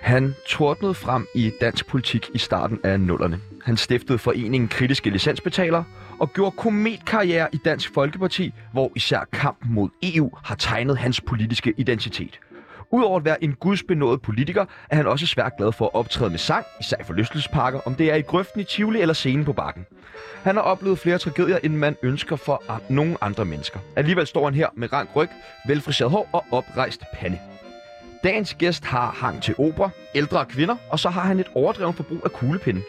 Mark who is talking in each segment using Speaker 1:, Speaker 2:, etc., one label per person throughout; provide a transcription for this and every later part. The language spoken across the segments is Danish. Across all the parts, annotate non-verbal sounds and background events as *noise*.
Speaker 1: Han tordnede frem i dansk politik i starten af nullerne. Han stiftede foreningen Kritiske Licensbetalere og gjorde kometkarriere i Dansk Folkeparti, hvor især kampen mod EU har tegnet hans politiske identitet. Udover at være en gudsbenået politiker, er han også svært glad for at optræde med sang, især i forlystelsesparker, om det er i grøften i Tivoli eller scenen på bakken. Han har oplevet flere tragedier, end man ønsker for a- nogen andre mennesker. Alligevel står han her med rank ryg, velfriseret hår og oprejst pande. Dagens gæst har hang til opera, ældre og kvinder, og så har han et overdrevet forbrug af kuglepinde.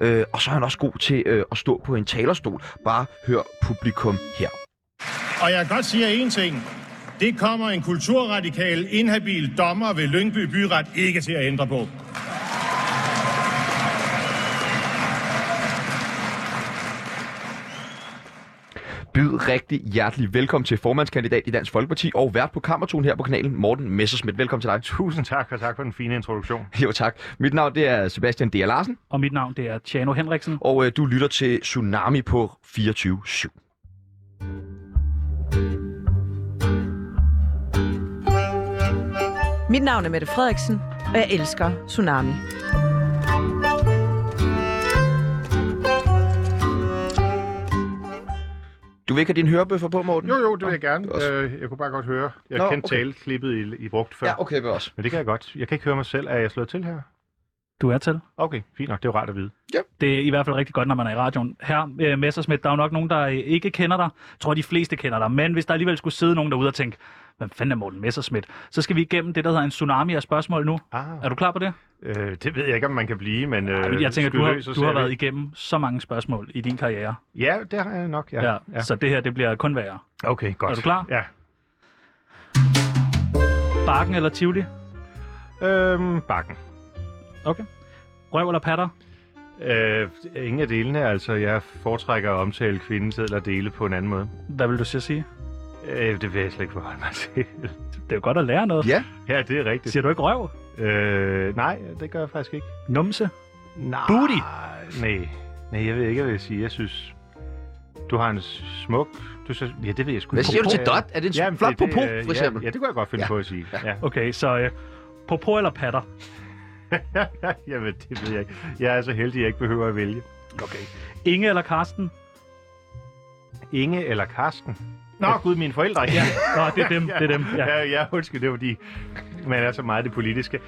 Speaker 1: Øh, og så er han også god til øh, at stå på en talerstol. Bare hør publikum her.
Speaker 2: Og jeg kan godt sige jer én ting. Det kommer en kulturradikal, inhabil dommer ved Lyngby Byret ikke til at ændre på.
Speaker 1: Byd rigtig hjertelig velkommen til formandskandidat i Dansk Folkeparti og vært på Kammerton her på kanalen, Morten Messersmith. Velkommen til dig.
Speaker 3: Tusind tak, og tak for den fine introduktion.
Speaker 1: *laughs* Jo tak. Mit navn det er Sebastian D. Larsen,
Speaker 4: Og mit navn det er Tjano Henriksen.
Speaker 1: og øh, du lytter til Tsunami på 24-7.
Speaker 5: Mit navn er Mette Frederiksen, og jeg elsker Tsunami.
Speaker 1: Du vil ikke have dine hørebøffer på, Morten?
Speaker 3: Jo, jo, det vil jeg gerne.
Speaker 1: det er også-
Speaker 3: Øh, Jeg kunne bare godt høre. Jeg
Speaker 1: Nå,
Speaker 3: Nå, kendte
Speaker 1: okay.
Speaker 3: okay. taleklippet, I, I brugte før.
Speaker 1: Ja, okay, vi også.
Speaker 3: Men det kan jeg godt. Jeg kan ikke høre mig selv. Er jeg slået til her?
Speaker 4: Du er til.
Speaker 3: Okay, fint nok. Det er jo rart at vide.
Speaker 4: Det er i hvert fald rigtig godt, når man er i radioen. Her, øh, Messersmith, der er jo nok nogen, der øh, ikke kender dig. Jeg tror, de fleste kender dig. Men hvis der alligevel skulle sidde nogen derude og tænke, hvad fanden er Morten Messersmith? Så skal vi igennem det, der hedder en tsunami af spørgsmål nu.
Speaker 3: Ah,
Speaker 4: Er du klar på det?
Speaker 3: øh, det ved jeg ikke, om man kan blive, men...
Speaker 4: Øh,
Speaker 3: Øh,
Speaker 4: jeg tænker,
Speaker 3: skyd
Speaker 4: du
Speaker 3: løs, så
Speaker 4: har, du
Speaker 3: ser
Speaker 4: har
Speaker 3: vi.
Speaker 4: været igennem så mange spørgsmål i din karriere.
Speaker 3: Ja, det har jeg nok, ja.
Speaker 4: Ja, ja. Så det her, det bliver kun værre.
Speaker 3: Okay, godt.
Speaker 4: Er du klar?
Speaker 3: Ja.
Speaker 4: Barken eller Tivoli?
Speaker 3: Øhm, bakken.
Speaker 4: Okay. Røv eller patter?
Speaker 3: Øh, ingen af delene, altså. Jeg foretrækker at omtale kvindens eller dele på en anden måde.
Speaker 4: Hvad vil du så sige?
Speaker 3: Øh, det vil jeg slet ikke forholde mig *laughs* til.
Speaker 4: Det er jo godt at lære noget.
Speaker 1: Ja.
Speaker 3: ja, det er rigtigt.
Speaker 4: Siger du ikke røv?
Speaker 3: Øh, nej, det gør jeg faktisk ikke.
Speaker 4: Numse?
Speaker 3: Nej.
Speaker 4: Booty.
Speaker 3: Nej. Nej, jeg ved ikke, hvad jeg siger. Jeg synes, du har en smuk... Du synes, ja, det ved jeg sgu
Speaker 1: Hvad
Speaker 3: ikke.
Speaker 1: siger du
Speaker 3: Popo.
Speaker 1: til dot? Er det en
Speaker 3: Jamen,
Speaker 1: flot
Speaker 3: det- det,
Speaker 1: popo,
Speaker 3: øh,
Speaker 1: for eksempel?
Speaker 3: Ja, ja, det kunne jeg godt finde
Speaker 1: Ja.
Speaker 3: ja. på at sige. Ja.
Speaker 4: Okay, så øh, popo eller patter?
Speaker 3: ja. *laughs* Jamen, det ved jeg ikke. Jeg er så heldig, at jeg ikke behøver at vælge.
Speaker 4: Okay. Inge eller Karsten?
Speaker 3: Inge eller Karsten? Nå, ja. gud, mine forældre. *laughs* Ja,
Speaker 4: Nå, det er dem, det er dem. Ja.
Speaker 3: ja. ja undskyld, det er fordi, man er så meget i det politiske.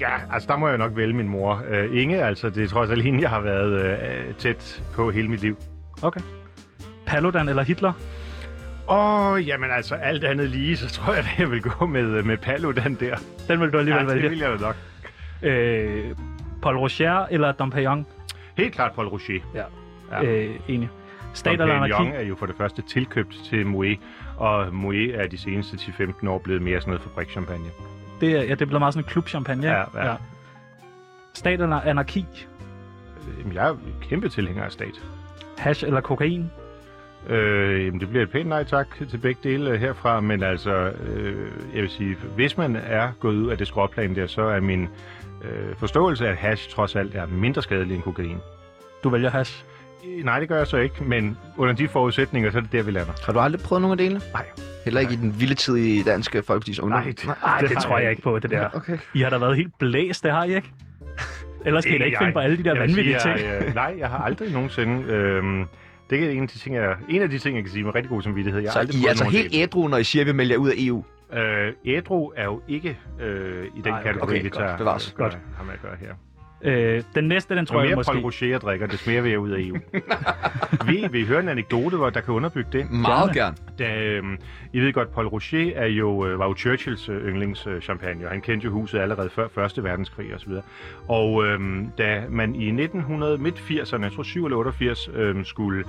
Speaker 3: Ja, altså der må jeg nok vælge min mor. Øh, Inge, altså det er trods alt hende, jeg har været øh, tæt på hele mit liv.
Speaker 4: Okay. Paludan eller Hitler?
Speaker 3: Åh, oh, jamen altså, alt andet lige, så tror jeg, at jeg vil gå med, øh, med Paludan der.
Speaker 4: Den vil du
Speaker 3: Ja,
Speaker 4: alligevel
Speaker 3: det
Speaker 4: vælge.
Speaker 3: vil jeg da nok.
Speaker 4: Øh, Paul Rocher eller Dom Perignon?
Speaker 3: Helt klart Paul Rocher.
Speaker 4: Ja.
Speaker 3: Ja.
Speaker 4: Øh, enig. Stat
Speaker 3: Dom
Speaker 4: eller
Speaker 3: Perignon
Speaker 4: anarki?
Speaker 3: er jo for det første tilkøbt til Moët, og Moët er de seneste 10-15 år blevet mere sådan noget fabrikschampagne.
Speaker 4: Det, er, ja, det bliver meget sådan en klubchampagne. ikke?
Speaker 3: Ja, ja.
Speaker 4: Stat eller anarki?
Speaker 3: Jamen, jeg er jo en kæmpe tilhænger af stat.
Speaker 4: Hash eller kokain?
Speaker 3: Øh, jamen, det bliver et pænt nej tak til begge dele herfra, men altså, øh, jeg vil sige, hvis man er gået ud af det skråplan der, så er min øh, forståelse af, at hash trods alt er mindre skadelig end kokain.
Speaker 4: Du vælger hash.
Speaker 3: Øh, Nej, det gør jeg så ikke, men under de forudsætninger, så er det der, vi lander.
Speaker 1: Har du aldrig prøvet nogen af delene?
Speaker 3: Nej.
Speaker 1: Heller ikke i den vilde tid i Dansk Folkeparti's ungdom?
Speaker 3: Nej, det,
Speaker 4: Ej, det, det tror
Speaker 3: har
Speaker 4: jeg ikke på, det der.
Speaker 1: Okay.
Speaker 4: I har da været helt blæst, det har I ikke? *laughs* Ellers kan I da ikke
Speaker 3: Jeg-
Speaker 4: finde på alle de der
Speaker 3: jeg vil sige,
Speaker 4: vanvittige ting.
Speaker 3: Jeg, øh, nej, jeg har aldrig nogensinde... Øh, det er en af, de ting, jeg, en af de ting, jeg kan sige med rigtig god samvittighed. Jeg har
Speaker 1: Så
Speaker 3: aldrig
Speaker 1: I er
Speaker 3: prøvet
Speaker 1: altså
Speaker 3: nogen
Speaker 1: helt
Speaker 3: del.
Speaker 1: ædru, når I siger, at vi melder jer ud af E EU?
Speaker 3: Øh, ædru er jo ikke øh, i den
Speaker 4: Nej, okay.
Speaker 3: kategori,
Speaker 1: Okay,
Speaker 3: vi
Speaker 1: godt.
Speaker 3: tager.
Speaker 1: Det var os.
Speaker 3: Godt.
Speaker 4: Godt.
Speaker 3: Har med at gøre her.
Speaker 4: Øh, den næste, den tror
Speaker 3: Jo
Speaker 4: jeg
Speaker 3: mere
Speaker 4: måske...
Speaker 3: Paul Rocher jeg drikker, des mere vil jeg ud af
Speaker 4: *laughs*
Speaker 3: EU. vi, vi hører en anekdote, hvor der kan underbygge det.
Speaker 1: Meget gerne.
Speaker 3: Da, øhm, I ved godt, Paul Rocher er jo, øh, var jo Churchills øh, yndlingschampagne, og han kendte jo huset allerede før Første Verdenskrig osv. Og øhm, da man i 1900 midt 80'erne, jeg tror 7 eller 88, øhm, skulle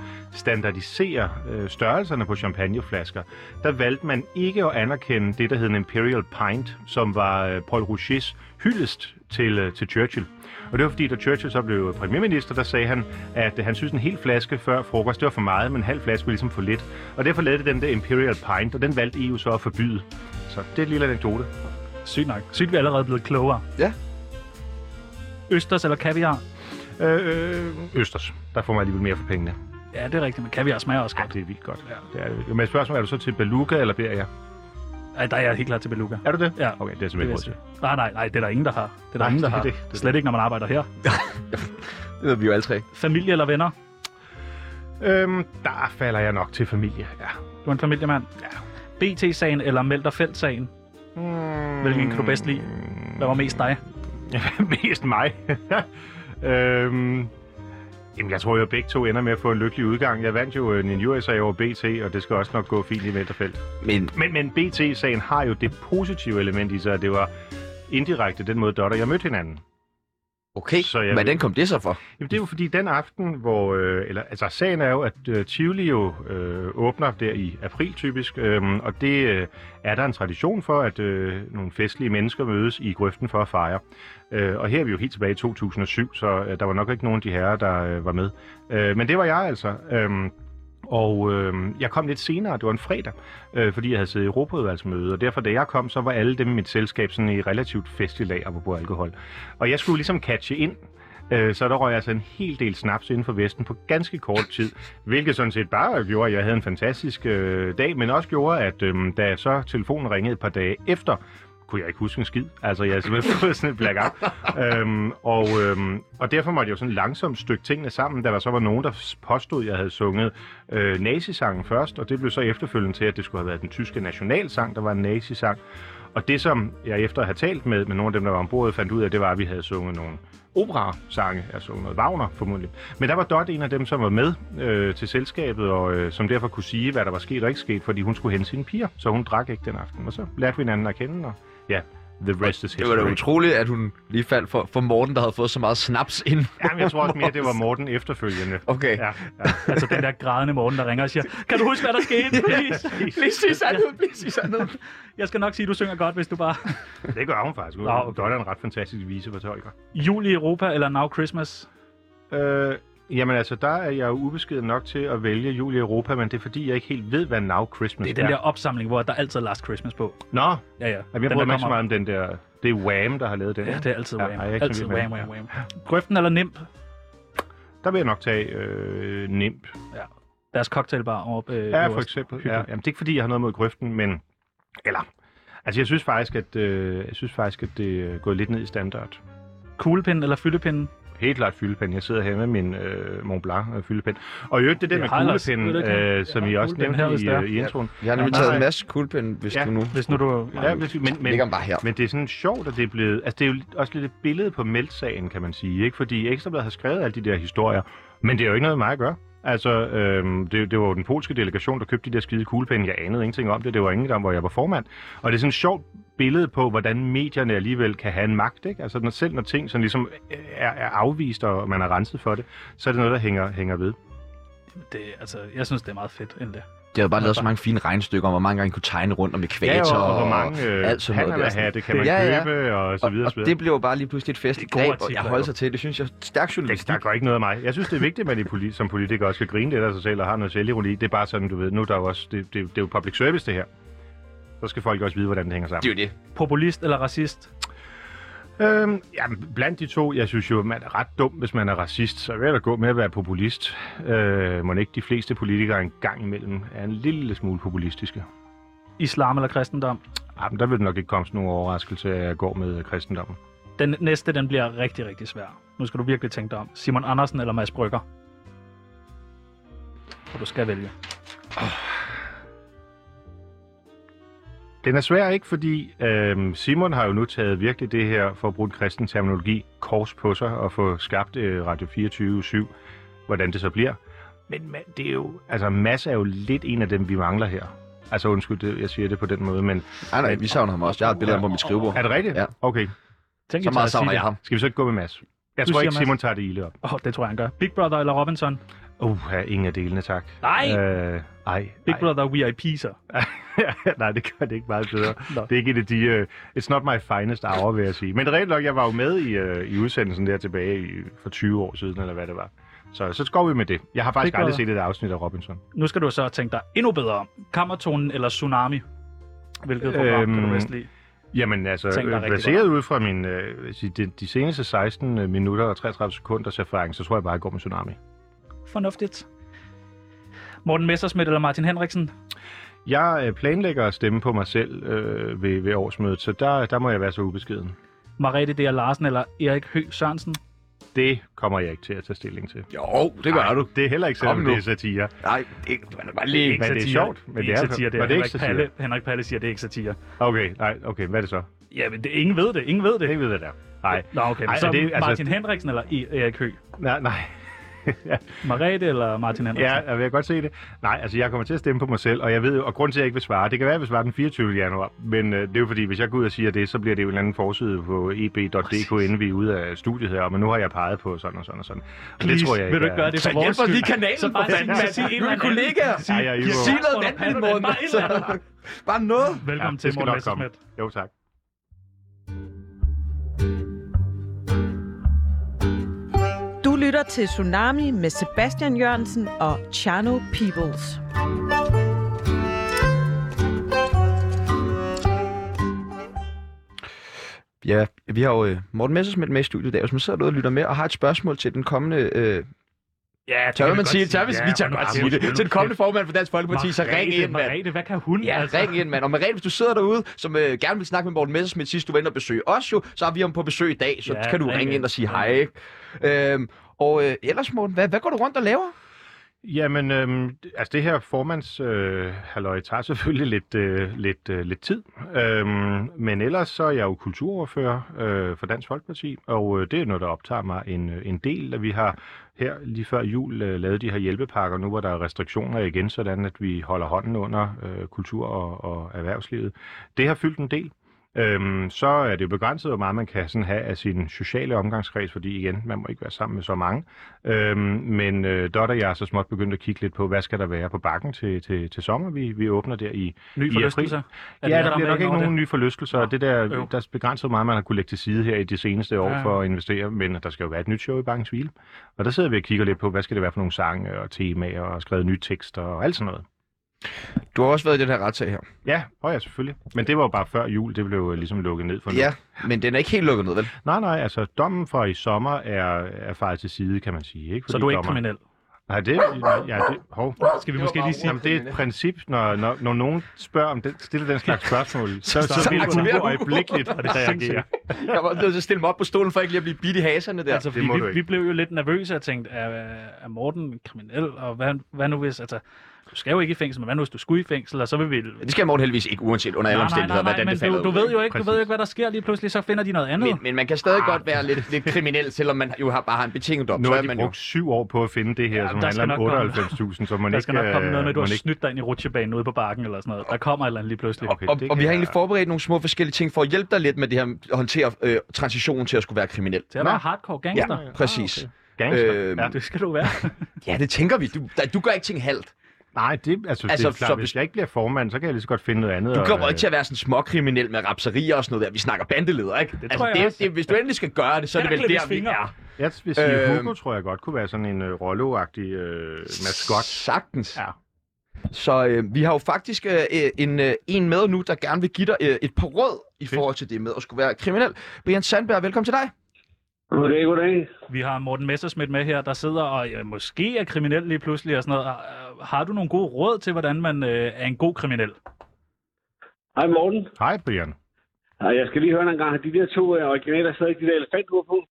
Speaker 3: standardisere øh, størrelserne på champagneflasker, der valgte man ikke at anerkende det, der hed en Imperial Pint, som var øh, Paul Rochers hyldest til, øh, til Churchill. Og det var fordi, da Churchill så blev premierminister, der sagde han, at øh, han synes en hel flaske før frokost, det var for meget, men en halv flaske var ligesom for lidt. Og derfor lavede det den der Imperial Pint, og den valgte EU så at forbyde. Så det er en lille anekdote.
Speaker 4: Sygt nok. Sygt, vi er allerede blevet klogere.
Speaker 1: Ja.
Speaker 4: Østers eller kaviar?
Speaker 3: Øh, øh, Østers, der får man alligevel mere for pengene.
Speaker 4: Ja, det er rigtigt, men kaviar smager også
Speaker 3: Ja,
Speaker 4: godt.
Speaker 3: det er vildt godt. Ja. Det er, det. men spørgsmålet er du så til Beluga eller Beria?
Speaker 4: Ej, der er jeg helt klar til Beluga.
Speaker 3: Er du det?
Speaker 4: Ja.
Speaker 3: Okay, det er
Speaker 4: Det vil
Speaker 3: simpelthen
Speaker 4: jeg
Speaker 3: ikke til.
Speaker 4: sige. Ah, Nej, nej, nej, det er der ingen, der har. Det er der
Speaker 3: Nej,
Speaker 4: ingen, der
Speaker 3: det er
Speaker 4: har.
Speaker 3: det, det er
Speaker 4: Slet ikke, når man arbejder her.
Speaker 1: Det ved vi jo alle tre.
Speaker 4: Familie eller venner?
Speaker 3: Øhm, der falder jeg nok til familie, ja.
Speaker 4: Du er en familiemand. Ja. BT-sagen eller Melter Felt-sagen?
Speaker 3: Mm,
Speaker 4: Hvilken kan du bedst lide? Hvad var mest dig?
Speaker 3: *laughs* mest mig. øhm, jamen, jeg tror jo, at begge to ender med at få en lykkelig udgang. Jeg vandt jo en injuriesag over BT, og det skal også nok gå fint i Venterfeldt.
Speaker 1: Men
Speaker 3: Men, men BT-sagen har jo det positive element i sig, at det var indirekte den måde, Dot og jeg mødte hinanden.
Speaker 1: okay,
Speaker 3: Så jeg
Speaker 1: hvordan
Speaker 3: vil-
Speaker 1: kom det så for?
Speaker 3: Jamen, det er jo fordi den aften, hvor... Øh, eller, altså, sagen er jo, at øh, Tivoli jo øh, åbner der i april typisk, øh, og det øh, er der en tradition for, at øh, nogle festlige mennesker mødes i grøften for at fejre. Øh, og her er vi jo helt tilbage i 2007, så øh, der var nok ikke nogen af de herrer, der øh, var med. Øh, men det var jeg altså. Øh, og øh, jeg kom lidt senere, det var en fredag, øh, fordi jeg havde siddet i Europaudvalgsmøde, og derfor da jeg kom, så var alle dem i mit selskab sådan i relativt festlig lag, apropos alkohol. Og jeg skulle ligesom catche ind, øh, så der røg altså en hel del snaps inden for Vesten på ganske kort tid, hvilket sådan set bare gjorde, at jeg havde en fantastisk øh, dag, men også gjorde, at øh, da så telefonen ringede et par dage efter, kunne jeg ikke huske en skid. Altså, jeg havde simpelthen *laughs* fået sådan et blackout. øhm, og, øhm, og derfor måtte jeg jo sådan langsomt stykke tingene sammen, da der så var nogen, der påstod, at jeg havde sunget øh, nazisangen først, og det blev så efterfølgende til, at det skulle have været den tyske nationalsang, der var en nazisang. Og det, som jeg efter at have talt med, med nogle af dem, der var ombord, fandt ud af, det var, at vi havde sunget nogle operasange, altså noget Wagner formodentlig. Men der var Dot en af dem, som var med øh, til selskabet, og øh, som derfor kunne sige, hvad der var sket og ikke sket, fordi hun skulle hente sine piger, så hun drak ikke den aften. Og så lærte vi hinanden at kende, og ja, the rest is
Speaker 1: Det
Speaker 3: history.
Speaker 1: var da utroligt, at hun lige faldt for, for Morten, der havde fået så meget snaps
Speaker 3: *laughs*
Speaker 1: ind.
Speaker 3: Jamen, jeg tror også mere, det var Morten efterfølgende.
Speaker 1: Okay.
Speaker 3: Ja, ja.
Speaker 4: Altså den der grædende morgen, der ringer og siger, kan du huske, hvad der
Speaker 3: *laughs*
Speaker 4: skete? Please.
Speaker 1: Please sig sandheden, please sig sandheden.
Speaker 4: Jeg skal nok sige, at du synger godt, hvis du bare...
Speaker 3: Det gør hun faktisk. Hun
Speaker 4: Nå, okay.
Speaker 3: Dot er en ret fantastisk visefortolker.
Speaker 4: Jul i Europa eller Now Christmas?
Speaker 3: Øh, jamen altså, der er jeg jo ubeskeden nok til at vælge jul i Europa, men det er fordi, jeg ikke helt ved, hvad Now Christmas
Speaker 4: Det er den der opsamling, hvor der altid er Last Christmas på.
Speaker 3: Nå,
Speaker 4: Ja, ja.
Speaker 3: jamen,
Speaker 4: den,
Speaker 3: jeg bryder
Speaker 4: der
Speaker 3: mig ikke så
Speaker 4: kommer-
Speaker 3: meget om den der... Det er Wham, der har lavet den.
Speaker 4: Ja,
Speaker 3: ikke?
Speaker 4: det er altid
Speaker 3: Ja,
Speaker 4: wham.
Speaker 3: nej, jeg er
Speaker 4: Ja,
Speaker 3: ikke så
Speaker 4: altid
Speaker 3: vild med
Speaker 4: wham, wham, wham. Grøften eller Nimp?
Speaker 3: Der vil jeg nok tage øh, Nimp.
Speaker 4: Deres cocktailbar oppe. Øh,
Speaker 3: Ja, for
Speaker 4: øverst.
Speaker 3: eksempel. Ja,
Speaker 4: Hyggeligt.
Speaker 3: jamen, det er ikke fordi, jeg har noget mod grøften, men... Eller... Altså, jeg synes faktisk, at, øh, jeg synes faktisk, at det er gået lidt ned i standard.
Speaker 4: Kuglepinden eller fyldepinden?
Speaker 3: Helt klart fyldepen. Jeg sidder her med min øh, Mont Blanc øh, fyldepen. Og i øvrigt, det der
Speaker 4: Jeg
Speaker 3: med
Speaker 4: har ellers-
Speaker 3: kuglepinden,
Speaker 4: ved du ikke,
Speaker 3: øh, som
Speaker 4: jeg
Speaker 3: I
Speaker 4: har
Speaker 3: også
Speaker 4: kuglepen her,
Speaker 3: nævnte
Speaker 4: hvis
Speaker 3: i,
Speaker 4: det er.
Speaker 3: øh, i introen.
Speaker 1: Jeg har nemlig
Speaker 3: Ja,
Speaker 1: taget
Speaker 3: nej.
Speaker 1: en masse kuglepen, hvis
Speaker 3: Ja.
Speaker 1: du nu...
Speaker 4: Hvis nu du...
Speaker 3: Ja, hvis vi- men, men,
Speaker 1: Ligger den bare her.
Speaker 3: Men det er sådan sjovt, at det er blevet... Altså, det er jo også lidt et billede på Meldt-sagen, kan man sige, ikke? Fordi Ekstrabladet har skrevet alle de der historier, men det er jo ikke noget med mig at gøre. Altså, øhm, det, det var jo den polske delegation, der købte de der skide kuglepinde. Jeg anede ingenting om det. Det var ingen gang, hvor jeg var formand. Og det er sådan et sjovt billede på, hvordan medierne alligevel kan have en magt, ikke? Altså, når, selv når ting sådan ligesom øh, er, er afvist, og man er renset for det, så er det noget, der hænger, hænger ved.
Speaker 4: Det, altså, jeg synes, det er meget fedt end det.
Speaker 1: Jeg havde bare lavet så mange fine regnstykker om, hvor mange gange I kunne tegne rundt om ekvator
Speaker 3: og, og hvor mange øh,
Speaker 1: alt sådan noget der.
Speaker 3: Panama-hatte kan man
Speaker 1: Ja, ja.
Speaker 3: købe, og så
Speaker 1: og,
Speaker 3: videre.
Speaker 1: og
Speaker 3: så videre.
Speaker 1: det blev jo bare lige pludselig et festligt
Speaker 4: Det er gode
Speaker 1: greb, og jeg
Speaker 4: artikler,
Speaker 1: holdt
Speaker 4: jo.
Speaker 1: sig til. Det synes jeg er stærk
Speaker 3: Det,
Speaker 1: journalistik.
Speaker 3: der går ikke noget af mig. Jeg synes, det er vigtigt, at man i poli- som politiker også skal grine lidt af sig selv og har noget selvironi. Det er bare sådan, du ved, nu er der jo også, det, det, det er jo public service, det her. Så skal folk også vide, hvordan det hænger sammen.
Speaker 1: Det er jo det.
Speaker 4: Populist eller racist?
Speaker 3: Øhm, jamen, blandt de to, jeg synes jo, man er ret dum, hvis man er racist. Så vil jeg da gå med at være populist. Øh, må ikke de fleste politikere en gang imellem er en lille smule populistiske.
Speaker 4: Islam eller kristendom?
Speaker 3: Ah, men der vil det nok ikke komme sådan nogen overraskelse, at jeg går med kristendommen.
Speaker 4: Den næste, den bliver rigtig, rigtig svær. Nu skal du virkelig tænke dig om. Simon Andersen eller Mads Brygger? Og du skal vælge.
Speaker 3: Den er svær ikke, fordi øhm, Simon har jo nu taget virkelig det her, for at bruge en kristen terminologi, kors på sig og få skabt øh, Radio 24 hvordan det så bliver. Men ma- det er jo, altså Mads er jo lidt en af dem, vi mangler her. Altså undskyld, det, jeg siger det på den måde, men
Speaker 1: Nej, nej, vi savner ham også. Jeg har et billede af ham på mit skrivebord.
Speaker 3: er det rigtigt?
Speaker 1: Ja.
Speaker 3: Okay,
Speaker 4: Tænk,
Speaker 1: Så
Speaker 4: I tør
Speaker 1: meget
Speaker 4: at sige
Speaker 1: savner
Speaker 4: det.
Speaker 1: jeg ham.
Speaker 3: skal vi så ikke gå med Mads? Jeg
Speaker 4: Du
Speaker 3: tror
Speaker 4: siger
Speaker 3: ikke,
Speaker 4: Mads.
Speaker 3: Simon tager det ilde op.
Speaker 4: Åh, oh, det tror jeg, han gør. Big Brother eller Robinson?
Speaker 3: Uh, ingen af delene, tak.
Speaker 4: Nej!
Speaker 3: Øh, ej,
Speaker 4: Big
Speaker 3: ej.
Speaker 4: Brother VIP, så.
Speaker 3: *laughs* Nej, det gør det ikke meget bedre.
Speaker 4: Nå.
Speaker 3: Det er ikke et af de... Uh, it's not my finest hour, vil jeg sige. Men rent nok, jeg var jo med i, uh, i udsendelsen der tilbage i, for 20 år siden, eller hvad det var. Så, så går vi med det. Jeg har faktisk
Speaker 4: Det gør
Speaker 3: aldrig
Speaker 4: der.
Speaker 3: set et afsnit af Robinson.
Speaker 4: Nu skal du så tænke dig endnu bedre om. Kammertonen eller Tsunami? Hvilket program øhm, kan du
Speaker 3: Øhm,
Speaker 4: bedst lide?
Speaker 3: Jamen altså,
Speaker 4: Tænk dig
Speaker 3: øh,
Speaker 4: rigtig
Speaker 3: baseret ud fra min, øh, sige, de, de seneste 16 minutter og 33 sekunders erfaring, så tror jeg bare, at jeg går med Tsunami.
Speaker 4: Fornuftigt. Morten Messersmith eller Martin Henriksen?
Speaker 3: Jeg øh, planlægger at stemme på mig selv øh, ved, ved årsmødet, så der, der må jeg være så ubeskeden.
Speaker 4: Marete D.R. Larsen eller Erik Høgh Sørensen?
Speaker 3: Det kommer jeg ikke til at tage stilling til.
Speaker 1: Jo, det gør
Speaker 3: Ej,
Speaker 1: du.
Speaker 3: Det er heller ikke
Speaker 1: Kom
Speaker 3: selvom
Speaker 1: nu.
Speaker 3: det er satire.
Speaker 1: Nej, det du er da bare lige...
Speaker 3: Men det er
Speaker 4: satire.
Speaker 3: sjovt, men
Speaker 4: det er ikke satire. Det er
Speaker 3: var det
Speaker 4: Henrik,
Speaker 3: ikke satire?
Speaker 4: Palle, Henrik Palle siger, det er ikke satire.
Speaker 3: Okay, nej, okay, hvad er det så?
Speaker 4: Ja, men det, ingen ved det. Ingen ved det.
Speaker 3: Det ved jeg der. Nej,
Speaker 4: Nå, okay. Men
Speaker 3: Ej,
Speaker 4: Ej,
Speaker 3: er
Speaker 4: så
Speaker 3: det-
Speaker 4: det,
Speaker 3: altså-
Speaker 4: Martin Henriksen eller E- Erik Høgh?
Speaker 3: nej, nej.
Speaker 4: Marete eller Martin Henriksen?
Speaker 3: Ja, jeg vil godt se det. Nej, altså jeg kommer til at stemme på mig selv, og jeg ved og grund til, at jeg ikke vil svare, det kan være, at jeg vil svare den 24. januar, men øh, det er jo fordi, hvis jeg går ud og siger det, så bliver det jo en eller anden forside på E eb.dk, inden vi er ude af studiet her, men nu har jeg peget på sådan og sådan og sådan. Og det tror jeg
Speaker 4: Vil du ikke
Speaker 3: er-
Speaker 4: gøre det for
Speaker 1: Så
Speaker 4: vores
Speaker 1: hjælper
Speaker 4: skyld?
Speaker 1: lige kanalen,
Speaker 4: så
Speaker 1: for
Speaker 4: bare sig,
Speaker 1: fanden,
Speaker 4: så
Speaker 1: mand.
Speaker 4: sig en
Speaker 1: Nu er
Speaker 4: eller
Speaker 1: det
Speaker 4: anden.
Speaker 1: kollegaer.
Speaker 4: Sig,
Speaker 3: Ej, jeg er
Speaker 1: Giv
Speaker 3: jo-
Speaker 1: sig noget
Speaker 4: Under
Speaker 1: vanvittigt,
Speaker 4: panden,
Speaker 1: Morten.
Speaker 4: bare et eller andet.
Speaker 1: Bare noget.
Speaker 4: Velkommen
Speaker 3: Ja,
Speaker 4: til
Speaker 3: det skal
Speaker 4: Morten
Speaker 3: nok komme.
Speaker 4: Messerschmidt.
Speaker 3: Jo, tak.
Speaker 5: Du lytter til Tsunami med Sebastian Jørgensen og Chano Peoples.
Speaker 1: Ja, vi har jo øh, Morten Messersmith med i studiet i dag. Hvis man sidder derude og lytter med og har et spørgsmål til den kommende... Øh,
Speaker 4: Ja, det
Speaker 1: tør
Speaker 4: kan
Speaker 1: man
Speaker 4: godt
Speaker 1: sige, tør vi,
Speaker 4: Ja,
Speaker 1: vi tør
Speaker 4: men
Speaker 1: godt
Speaker 4: Martin,
Speaker 1: sige det. Til den kommende formand for Dansk Folkeparti, så ring
Speaker 4: Margrethe,
Speaker 1: ind, mand.
Speaker 4: Margrethe, hvad kan hun? Altså,
Speaker 1: Ja, ring ind, mand. Og Merete, hvis du sidder derude, som øh, gerne vil snakke med Morten Messersmith sidst, du var inde og besøge os jo, så er vi om på besøg i dag, så
Speaker 4: Ja,
Speaker 1: kan du
Speaker 4: ring
Speaker 1: ringe
Speaker 4: ind.
Speaker 1: ind og sige hej, ikke? Øhm, og øh, ellers, Morten, hvad, hvad går du rundt og laver?
Speaker 3: Jamen, øhm, d- altså det her formands øh, halløj tager selvfølgelig lidt, øh, lidt, øh, lidt tid, øhm, men ellers så er jeg jo kulturoverfører øh, for Dansk Folkeparti, og øh, det er noget, der optager mig en, øh, en del, og vi har her lige før jul øh, lavet de her hjælpepakker, nu hvor der er restriktioner igen, sådan at vi holder hånden under øh, kultur- og, og erhvervslivet. Det har fyldt en del. Øhm, så er det jo begrænset, hvor meget man kan sådan have af sin sociale omgangskreds, fordi igen, man må ikke være sammen med så mange. Øhm, men øh, Dot og jeg er så småt begyndt at kigge lidt på, hvad skal der være på bakken til, til, til sommer. Vi, vi åbner der i
Speaker 4: Ny
Speaker 3: i
Speaker 4: forlystelse.
Speaker 3: april.
Speaker 4: Er
Speaker 3: Ja,
Speaker 4: det jer,
Speaker 3: der
Speaker 4: er
Speaker 3: bliver
Speaker 4: med
Speaker 3: nok
Speaker 4: ind
Speaker 3: ikke
Speaker 4: over
Speaker 3: nogen nye forlystelser. og Det der,
Speaker 4: Øv.
Speaker 3: der er begrænset hvor meget, man har kunne lægge til side her i de seneste år
Speaker 4: Ja.
Speaker 3: ja. for at investere, men der skal jo være et nyt show i Bakkens Hvile. Og der sidder vi og kigger lidt på, hvad skal det være for nogle sange og temaer og skrevet nye tekster og alt sådan noget.
Speaker 1: Du har også været i den her retssag her.
Speaker 3: Ja, og ja, selvfølgelig. Men det var jo bare før jul, det blev øh, ligesom lukket ned for nu.
Speaker 1: Ja, men den er ikke helt lukket ned, vel?
Speaker 3: Nej, nej, altså dommen fra i sommer er, er fejret til side, kan man sige. Ikke?
Speaker 4: Så du er ikke
Speaker 3: dommer-
Speaker 4: kriminel.
Speaker 3: Nej, det, ja, det, hov.
Speaker 4: Skal vi
Speaker 1: Det
Speaker 4: måske
Speaker 1: var
Speaker 4: lige
Speaker 1: bare
Speaker 4: sige,
Speaker 3: Jamen, det er et princip, når, når, når nogen spørger om den, stiller den slags spørgsmål, så, så,
Speaker 1: Så
Speaker 3: vil
Speaker 1: aktiverer
Speaker 3: du
Speaker 1: du.
Speaker 3: øjeblikkeligt
Speaker 4: det er
Speaker 3: reagere.
Speaker 4: sindssygt.
Speaker 1: *laughs* Jeg var nødt til at stille mig op på stolen, for ikke lige at blive bidt i haserne der.
Speaker 4: altså,
Speaker 1: Altså,
Speaker 4: fordi
Speaker 3: må du
Speaker 4: vi,
Speaker 3: ikke.
Speaker 4: vi blev jo lidt nervøse og tænkte, er, er Morten kriminel, og hvad, hvad nu hvis, altså, du skal jo ikke i fængsel, men hvad nu hvis du skulle i fængsel, og så vil vi...
Speaker 1: det skal Morten heldigvis ikke, uanset under alle omstændigheder, hvordan
Speaker 4: men
Speaker 1: det falder
Speaker 4: du, du,
Speaker 1: ud.
Speaker 4: ved jo ikke, du ved jo
Speaker 3: Præcis.
Speaker 4: ikke, hvad der sker lige pludselig, så finder de noget Ah, andet.
Speaker 1: Men, men man kan stadig godt være lidt, lidt kriminel, selvom man jo har, bare har en betinget dom.
Speaker 3: Nu
Speaker 1: så
Speaker 3: har
Speaker 1: er
Speaker 3: de
Speaker 1: man
Speaker 3: brugt syv år på at finde det her,
Speaker 4: Ja,
Speaker 3: ja, som
Speaker 4: der skal
Speaker 3: handler om
Speaker 4: nok komme-
Speaker 3: 98.000, så man
Speaker 4: der
Speaker 3: ikke... øh,
Speaker 4: skal nok komme noget med, at du
Speaker 1: øh,
Speaker 4: har
Speaker 3: man
Speaker 4: snydt dig ind i rutsjebanen ude på bakken eller sådan noget. Der kommer et eller andet lige pludselig.
Speaker 3: Okay,
Speaker 1: jo... Og,
Speaker 3: det
Speaker 1: og vi
Speaker 3: kan
Speaker 1: har
Speaker 3: jeg-
Speaker 1: egentlig forberedt nogle små forskellige ting for at hjælpe dig lidt med det her, at håndtere øh, transitionen til at skulle være kriminel.
Speaker 4: Det er bare hardcore gangster.
Speaker 1: Ja, præcis. Ah,
Speaker 3: Gangster.
Speaker 1: Øhm,
Speaker 3: ja.
Speaker 4: Det skal
Speaker 1: *laughs*
Speaker 4: du være.
Speaker 1: okay. Ja, det tænker vi. Du, da- du gør ikke ting halvt.
Speaker 3: Nej, det, altså,
Speaker 1: Altså,
Speaker 3: altså, det er klart,
Speaker 1: så
Speaker 3: så
Speaker 1: hvis-
Speaker 3: hvis jeg ikke bliver formand, så kan jeg lige så godt finde noget andet.
Speaker 1: Du
Speaker 3: og,
Speaker 1: kommer ikke
Speaker 3: øh,
Speaker 1: til at være sådan småkriminel med rapserier og sådan noget der. Vi snakker bandeleder, ikke? Det
Speaker 4: tror jeg
Speaker 1: det, er-
Speaker 4: også.
Speaker 1: det, hvis du endelig skal gøre det, så er det vel der,
Speaker 4: Hercules
Speaker 1: vi
Speaker 4: fingre.
Speaker 1: er.
Speaker 3: øh, Jeg vil sige,
Speaker 1: Øhm.
Speaker 3: Hugo tror jeg godt kunne være sådan en uh, rollo-agtig uh, maskot.
Speaker 1: Sagtens.
Speaker 3: Ja.
Speaker 1: Så øh, vi har jo faktisk øh, øh, en, øh, en med nu, der gerne vil give dig øh, et par råd i
Speaker 3: Fedt.
Speaker 1: forhold til det med at skulle være kriminel. Brian Sandberg, velkommen til dig.
Speaker 6: Goddag, goddag.
Speaker 4: Vi har Morten Messerschmidt med her, der sidder og øh, måske er kriminel lige pludselig og sådan noget. Øh, Har du nogle gode råd til, hvordan man øh, er en god kriminel?
Speaker 6: Hej Morten.
Speaker 3: Hej, Brian.
Speaker 6: Ej, Jeg skal lige høre dig en gang. Har de der to øh, originaler stadig de der elefanthuer på?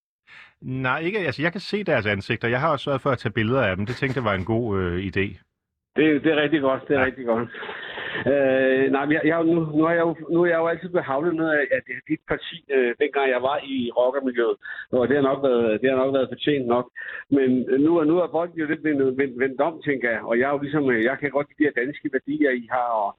Speaker 3: Nej, ikke, altså, jeg kan se deres ansigter. Jeg har også sørget for at tage billeder af dem. Det tænkte jeg var en god øh, idé.
Speaker 6: Det, det er rigtig godt, det er ja. rigtig godt. Øh, nej, men jeg, jeg, nu, nu, har jeg jo, nu er jeg jo altid blevet havlet med, at at dit parti, øh, dengang jeg var i rockermiljøet, og det har nok været, det har nok været fortjent nok. Men øh, nu, er- nu er bolden jo lidt vendt, vendt, vendt om, tænker jeg. Og jeg, er jo ligesom, øh, jeg kan godt lide de her danske værdier, I har, og,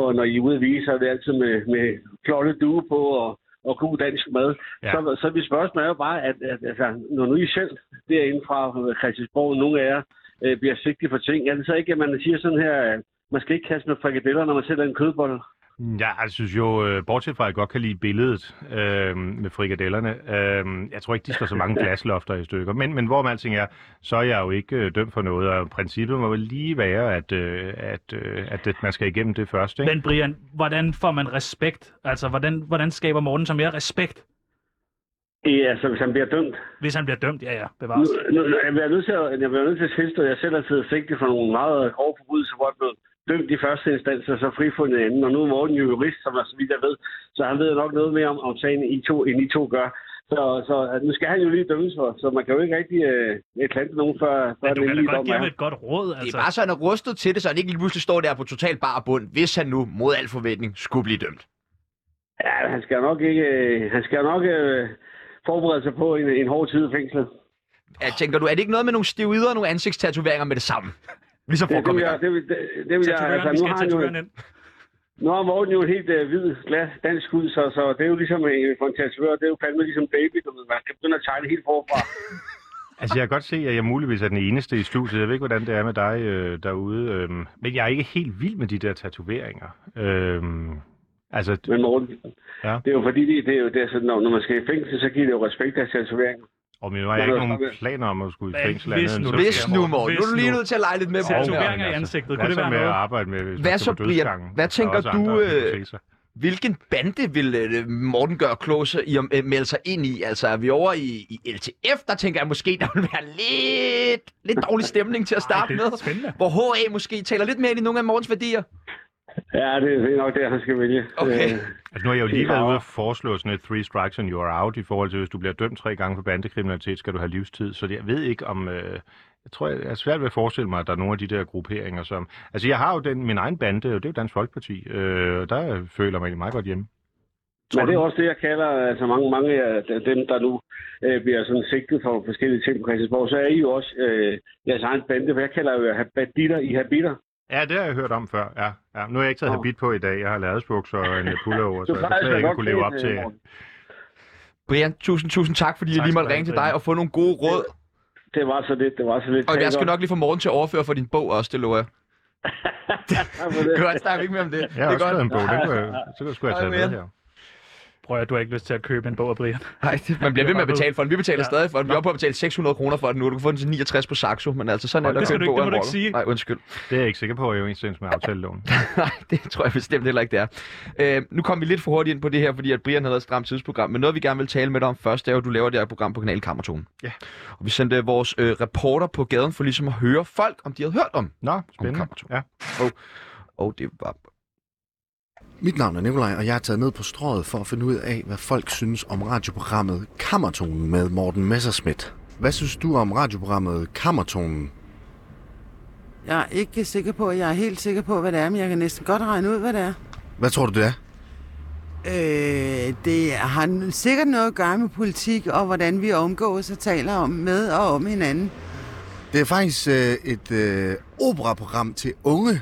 Speaker 6: og når I er ude at vise, så er det altid med, med flotte due på, og, og god dansk mad.
Speaker 3: Ja.
Speaker 6: Ja. Så, så mit spørgsmål er jo bare, at, at altså, når nu I selv derinde fra Christiansborg, nogle af jer, øh, bliver sigtet for ting. Er det så ikke, at man siger sådan her, at man skal ikke kaste med frikadeller, når man sælger en kødbolle?
Speaker 3: Ja, jeg synes jo, øh, bortset fra, at jeg godt kan lide billedet øh, med frikadellerne. Øh, jeg tror ikke, de står så
Speaker 1: *laughs*
Speaker 3: mange glaslofter i stykker. Men, men hvorom alting er, så er jeg jo ikke øh, dømt for noget. Og princippet må vel lige være, at, øh, at, øh, at, at man skal igennem det først. Ikke?
Speaker 4: Men Brian, hvordan får man respekt? Altså, hvordan, hvordan skaber Morten så mere respekt,
Speaker 6: Ja, altså hvis han bliver dømt.
Speaker 4: hvis han bliver dømt? Ja, ja,
Speaker 6: Nu,
Speaker 4: bevares.
Speaker 6: nu, nu, jeg bliver nødt til at, jeg bliver nødt til at tilstå, at jeg selv har siddet sigtet for nogle meget grove forbrydelser, hvor jeg blev dømt i første instans og så frifundet i anden. Og nu er Morten jo jurist, som er, så vidt jeg ved, så han ved nok noget mere om, om sagen, I to, end I to gør. Så, så at nu skal han jo lige dømmes for, så man kan jo ikke rigtig øh, klante nogen, før, før
Speaker 4: Men du kan
Speaker 6: den
Speaker 4: da
Speaker 6: endelige
Speaker 4: godt
Speaker 6: dom
Speaker 4: give
Speaker 6: er.
Speaker 4: ham et godt råd,
Speaker 1: Det
Speaker 4: altså.
Speaker 1: er bare så, han er rustet til det, så han ikke lige pludselig står der på total bar bund, hvis han nu, mod al forventning, skulle blive dømt.
Speaker 6: Ja, han skal nok ikke, øh, han skal nok øh, forberede sig på en, en hård tid i fængslet.
Speaker 1: Jeg tænker du, er det ikke noget med nogle steroider og nogle ansigtstatoveringer med det samme? Ligesom for at
Speaker 6: Det, det,
Speaker 1: komme
Speaker 6: vil
Speaker 1: i
Speaker 6: jeg,
Speaker 1: gang.
Speaker 6: det, vil, det, det vil jeg, altså, nu har han jo,
Speaker 4: ind.
Speaker 6: nu har Morten jo en helt øh, hvid, glat dansk hud, så, så det er jo ligesom en, for en tatovør, det er jo fandme ligesom baby, du ved, man kan begynde at tegne helt
Speaker 2: *laughs*
Speaker 6: forfra.
Speaker 2: Altså, jeg kan godt se, at jeg muligvis er den eneste i studiet. Jeg ved ikke, hvordan det er med dig øh, derude. Øh, men jeg er ikke helt vild med de der tatoveringer. Øh, altså, d-
Speaker 6: Men Morten,
Speaker 2: Ja.
Speaker 6: ja. det er jo fordi, det, det er jo det, er sådan, når, når man skal i fængsel, så giver det jo respekt af tatoveringer.
Speaker 2: og nu har jeg ikke
Speaker 6: Men-
Speaker 2: nogen planer om at skulle i
Speaker 4: Men
Speaker 2: fængsel. andet
Speaker 4: hvis
Speaker 2: end
Speaker 4: nu-
Speaker 2: så-
Speaker 1: Hvis nu, Morten. Nu er du
Speaker 4: Hvis
Speaker 1: lige
Speaker 4: nu.
Speaker 1: nødt til at lege lidt med på
Speaker 2: Jo,
Speaker 1: den
Speaker 4: Tatoveringer
Speaker 1: her.
Speaker 2: men
Speaker 4: i
Speaker 6: altså.
Speaker 4: ansigtet. Kunne
Speaker 2: hvad
Speaker 4: det
Speaker 2: så
Speaker 4: være
Speaker 2: med at
Speaker 4: noget?
Speaker 2: arbejde
Speaker 3: Øh,
Speaker 2: med, hvis
Speaker 1: Hvad
Speaker 2: man skal
Speaker 1: så,
Speaker 2: på
Speaker 1: Brian?
Speaker 2: dødsgangen?
Speaker 1: Hvad
Speaker 2: Der er
Speaker 1: tænker
Speaker 2: også
Speaker 1: du, øh,
Speaker 2: andre hypoteser.
Speaker 1: Hvilken bande vil øh, Morten gøre klogse i at øh, melde sig ind i? Altså, er vi over i, i LTF? Der tænker jeg måske, *laughs* der vil være lidt, lidt dårlig stemning til at
Speaker 4: Ej,
Speaker 1: starte
Speaker 4: det
Speaker 1: med.
Speaker 4: er spændende.
Speaker 1: Hvor HA måske taler lidt mere ind i nogle af Mortens værdier.
Speaker 6: Ja, det, det er nok det, han skal vælge.
Speaker 1: Okay.
Speaker 6: Øh,
Speaker 2: Altså, nu har jeg jo lige
Speaker 6: Ja.
Speaker 2: været ude og foreslå sådan et three strikes and you're out, i forhold til, hvis du bliver dømt tre gange for bandekriminalitet, skal du have livstid. Så jeg ved ikke om... Øh, jeg tror, jeg er svært ved at forestille mig, at der er nogle af de der grupperinger, som... Altså, jeg har jo den, min egen bande, og det er jo Dansk Folkeparti, øh, og der føler jeg mig egentlig meget godt hjemme.
Speaker 6: Men det er også det, jeg kalder altså mange, mange af dem, der nu øh, bliver sådan sigtet for forskellige ting på Christiansborg, så er I jo også øh, jeres egen bande, for jeg kalder jo jer banditter i habiter.
Speaker 2: Ja, det har jeg hørt om før. Ja, ja. Nu har jeg ikke taget
Speaker 6: Nå.
Speaker 2: habit på i dag. Jeg har lærredsbukser og en øh, pullover, så jeg
Speaker 6: Du plejer
Speaker 2: beklager,
Speaker 6: altså
Speaker 2: jeg ikke
Speaker 6: godt
Speaker 2: kunne leve op
Speaker 6: klædt,
Speaker 2: til...
Speaker 6: øh, Morten.
Speaker 1: Brian, tusind, tusind tak, fordi tak, jeg
Speaker 2: Tak
Speaker 1: lige
Speaker 2: skal
Speaker 1: måtte
Speaker 2: du have,
Speaker 1: ringe til
Speaker 2: Brian.
Speaker 1: dig og få nogle gode råd.
Speaker 6: Det var så lidt, det var så lidt.
Speaker 1: Og jeg
Speaker 6: Tak
Speaker 1: skal
Speaker 6: godt.
Speaker 1: nok lige få Morten til at overføre for din bog også, det lover jeg.
Speaker 6: Tak for det.
Speaker 1: Godt, snakker vi ikke mere om det.
Speaker 2: Jeg har
Speaker 1: det
Speaker 2: også skrevet en bog, den kunne jeg, så skulle jeg
Speaker 1: Hej,
Speaker 2: tage med
Speaker 1: Brian.
Speaker 2: her.
Speaker 4: Prøv at du har ikke lyst til at købe en bog af Brian.
Speaker 1: Nej, det, man bliver ved med at betale for den. Vi betaler
Speaker 4: Ja.
Speaker 1: stadig for den. Vi er oppe på at betale 600 kroner for den nu. Du kan få den til 69 på Saxo, men altså sådan er
Speaker 2: Hold
Speaker 1: der
Speaker 2: da
Speaker 1: at
Speaker 2: op.
Speaker 1: købe
Speaker 4: Det skal du
Speaker 1: en
Speaker 4: ikke-
Speaker 1: bog
Speaker 4: det må
Speaker 1: af en
Speaker 4: du ikke sige.
Speaker 1: rocker. Nej, undskyld.
Speaker 2: Det er jeg ikke sikker på, at jeg er i overensstemmelse med aftaleloven.
Speaker 1: *laughs* Nej, det tror jeg bestemt heller ikke, det er. Øh, nu kom vi lidt for hurtigt ind på det her, fordi at Brian havde et stramt tidsprogram, men noget vi gerne vil tale med dig om først, det er jo, at du laver det her program på kanalen Kammertonen.
Speaker 2: Ja.
Speaker 1: Og vi sendte vores øh, reporter på gaden for ligesom at høre folk, om de havde hørt om.
Speaker 2: Nå, spændende.
Speaker 1: Kammertonen.
Speaker 2: Ja.
Speaker 1: Og det var
Speaker 7: Mit navn er Nikolaj, og jeg er taget ned på strået for at finde ud af, hvad folk synes om radioprogrammet Kammertonen med Morten Messerschmidt. Hvad synes du om radioprogrammet Kammertonen?
Speaker 8: Jeg er ikke sikker på, jeg er helt sikker på, hvad det er, men jeg kan næsten godt regne ud, hvad det er.
Speaker 7: Hvad tror du, det er?
Speaker 8: Øh, det har n- sikkert noget at gøre med politik og hvordan vi omgås og taler om med og om hinanden.
Speaker 7: Det er faktisk øh, et øh, operaprogram til unge.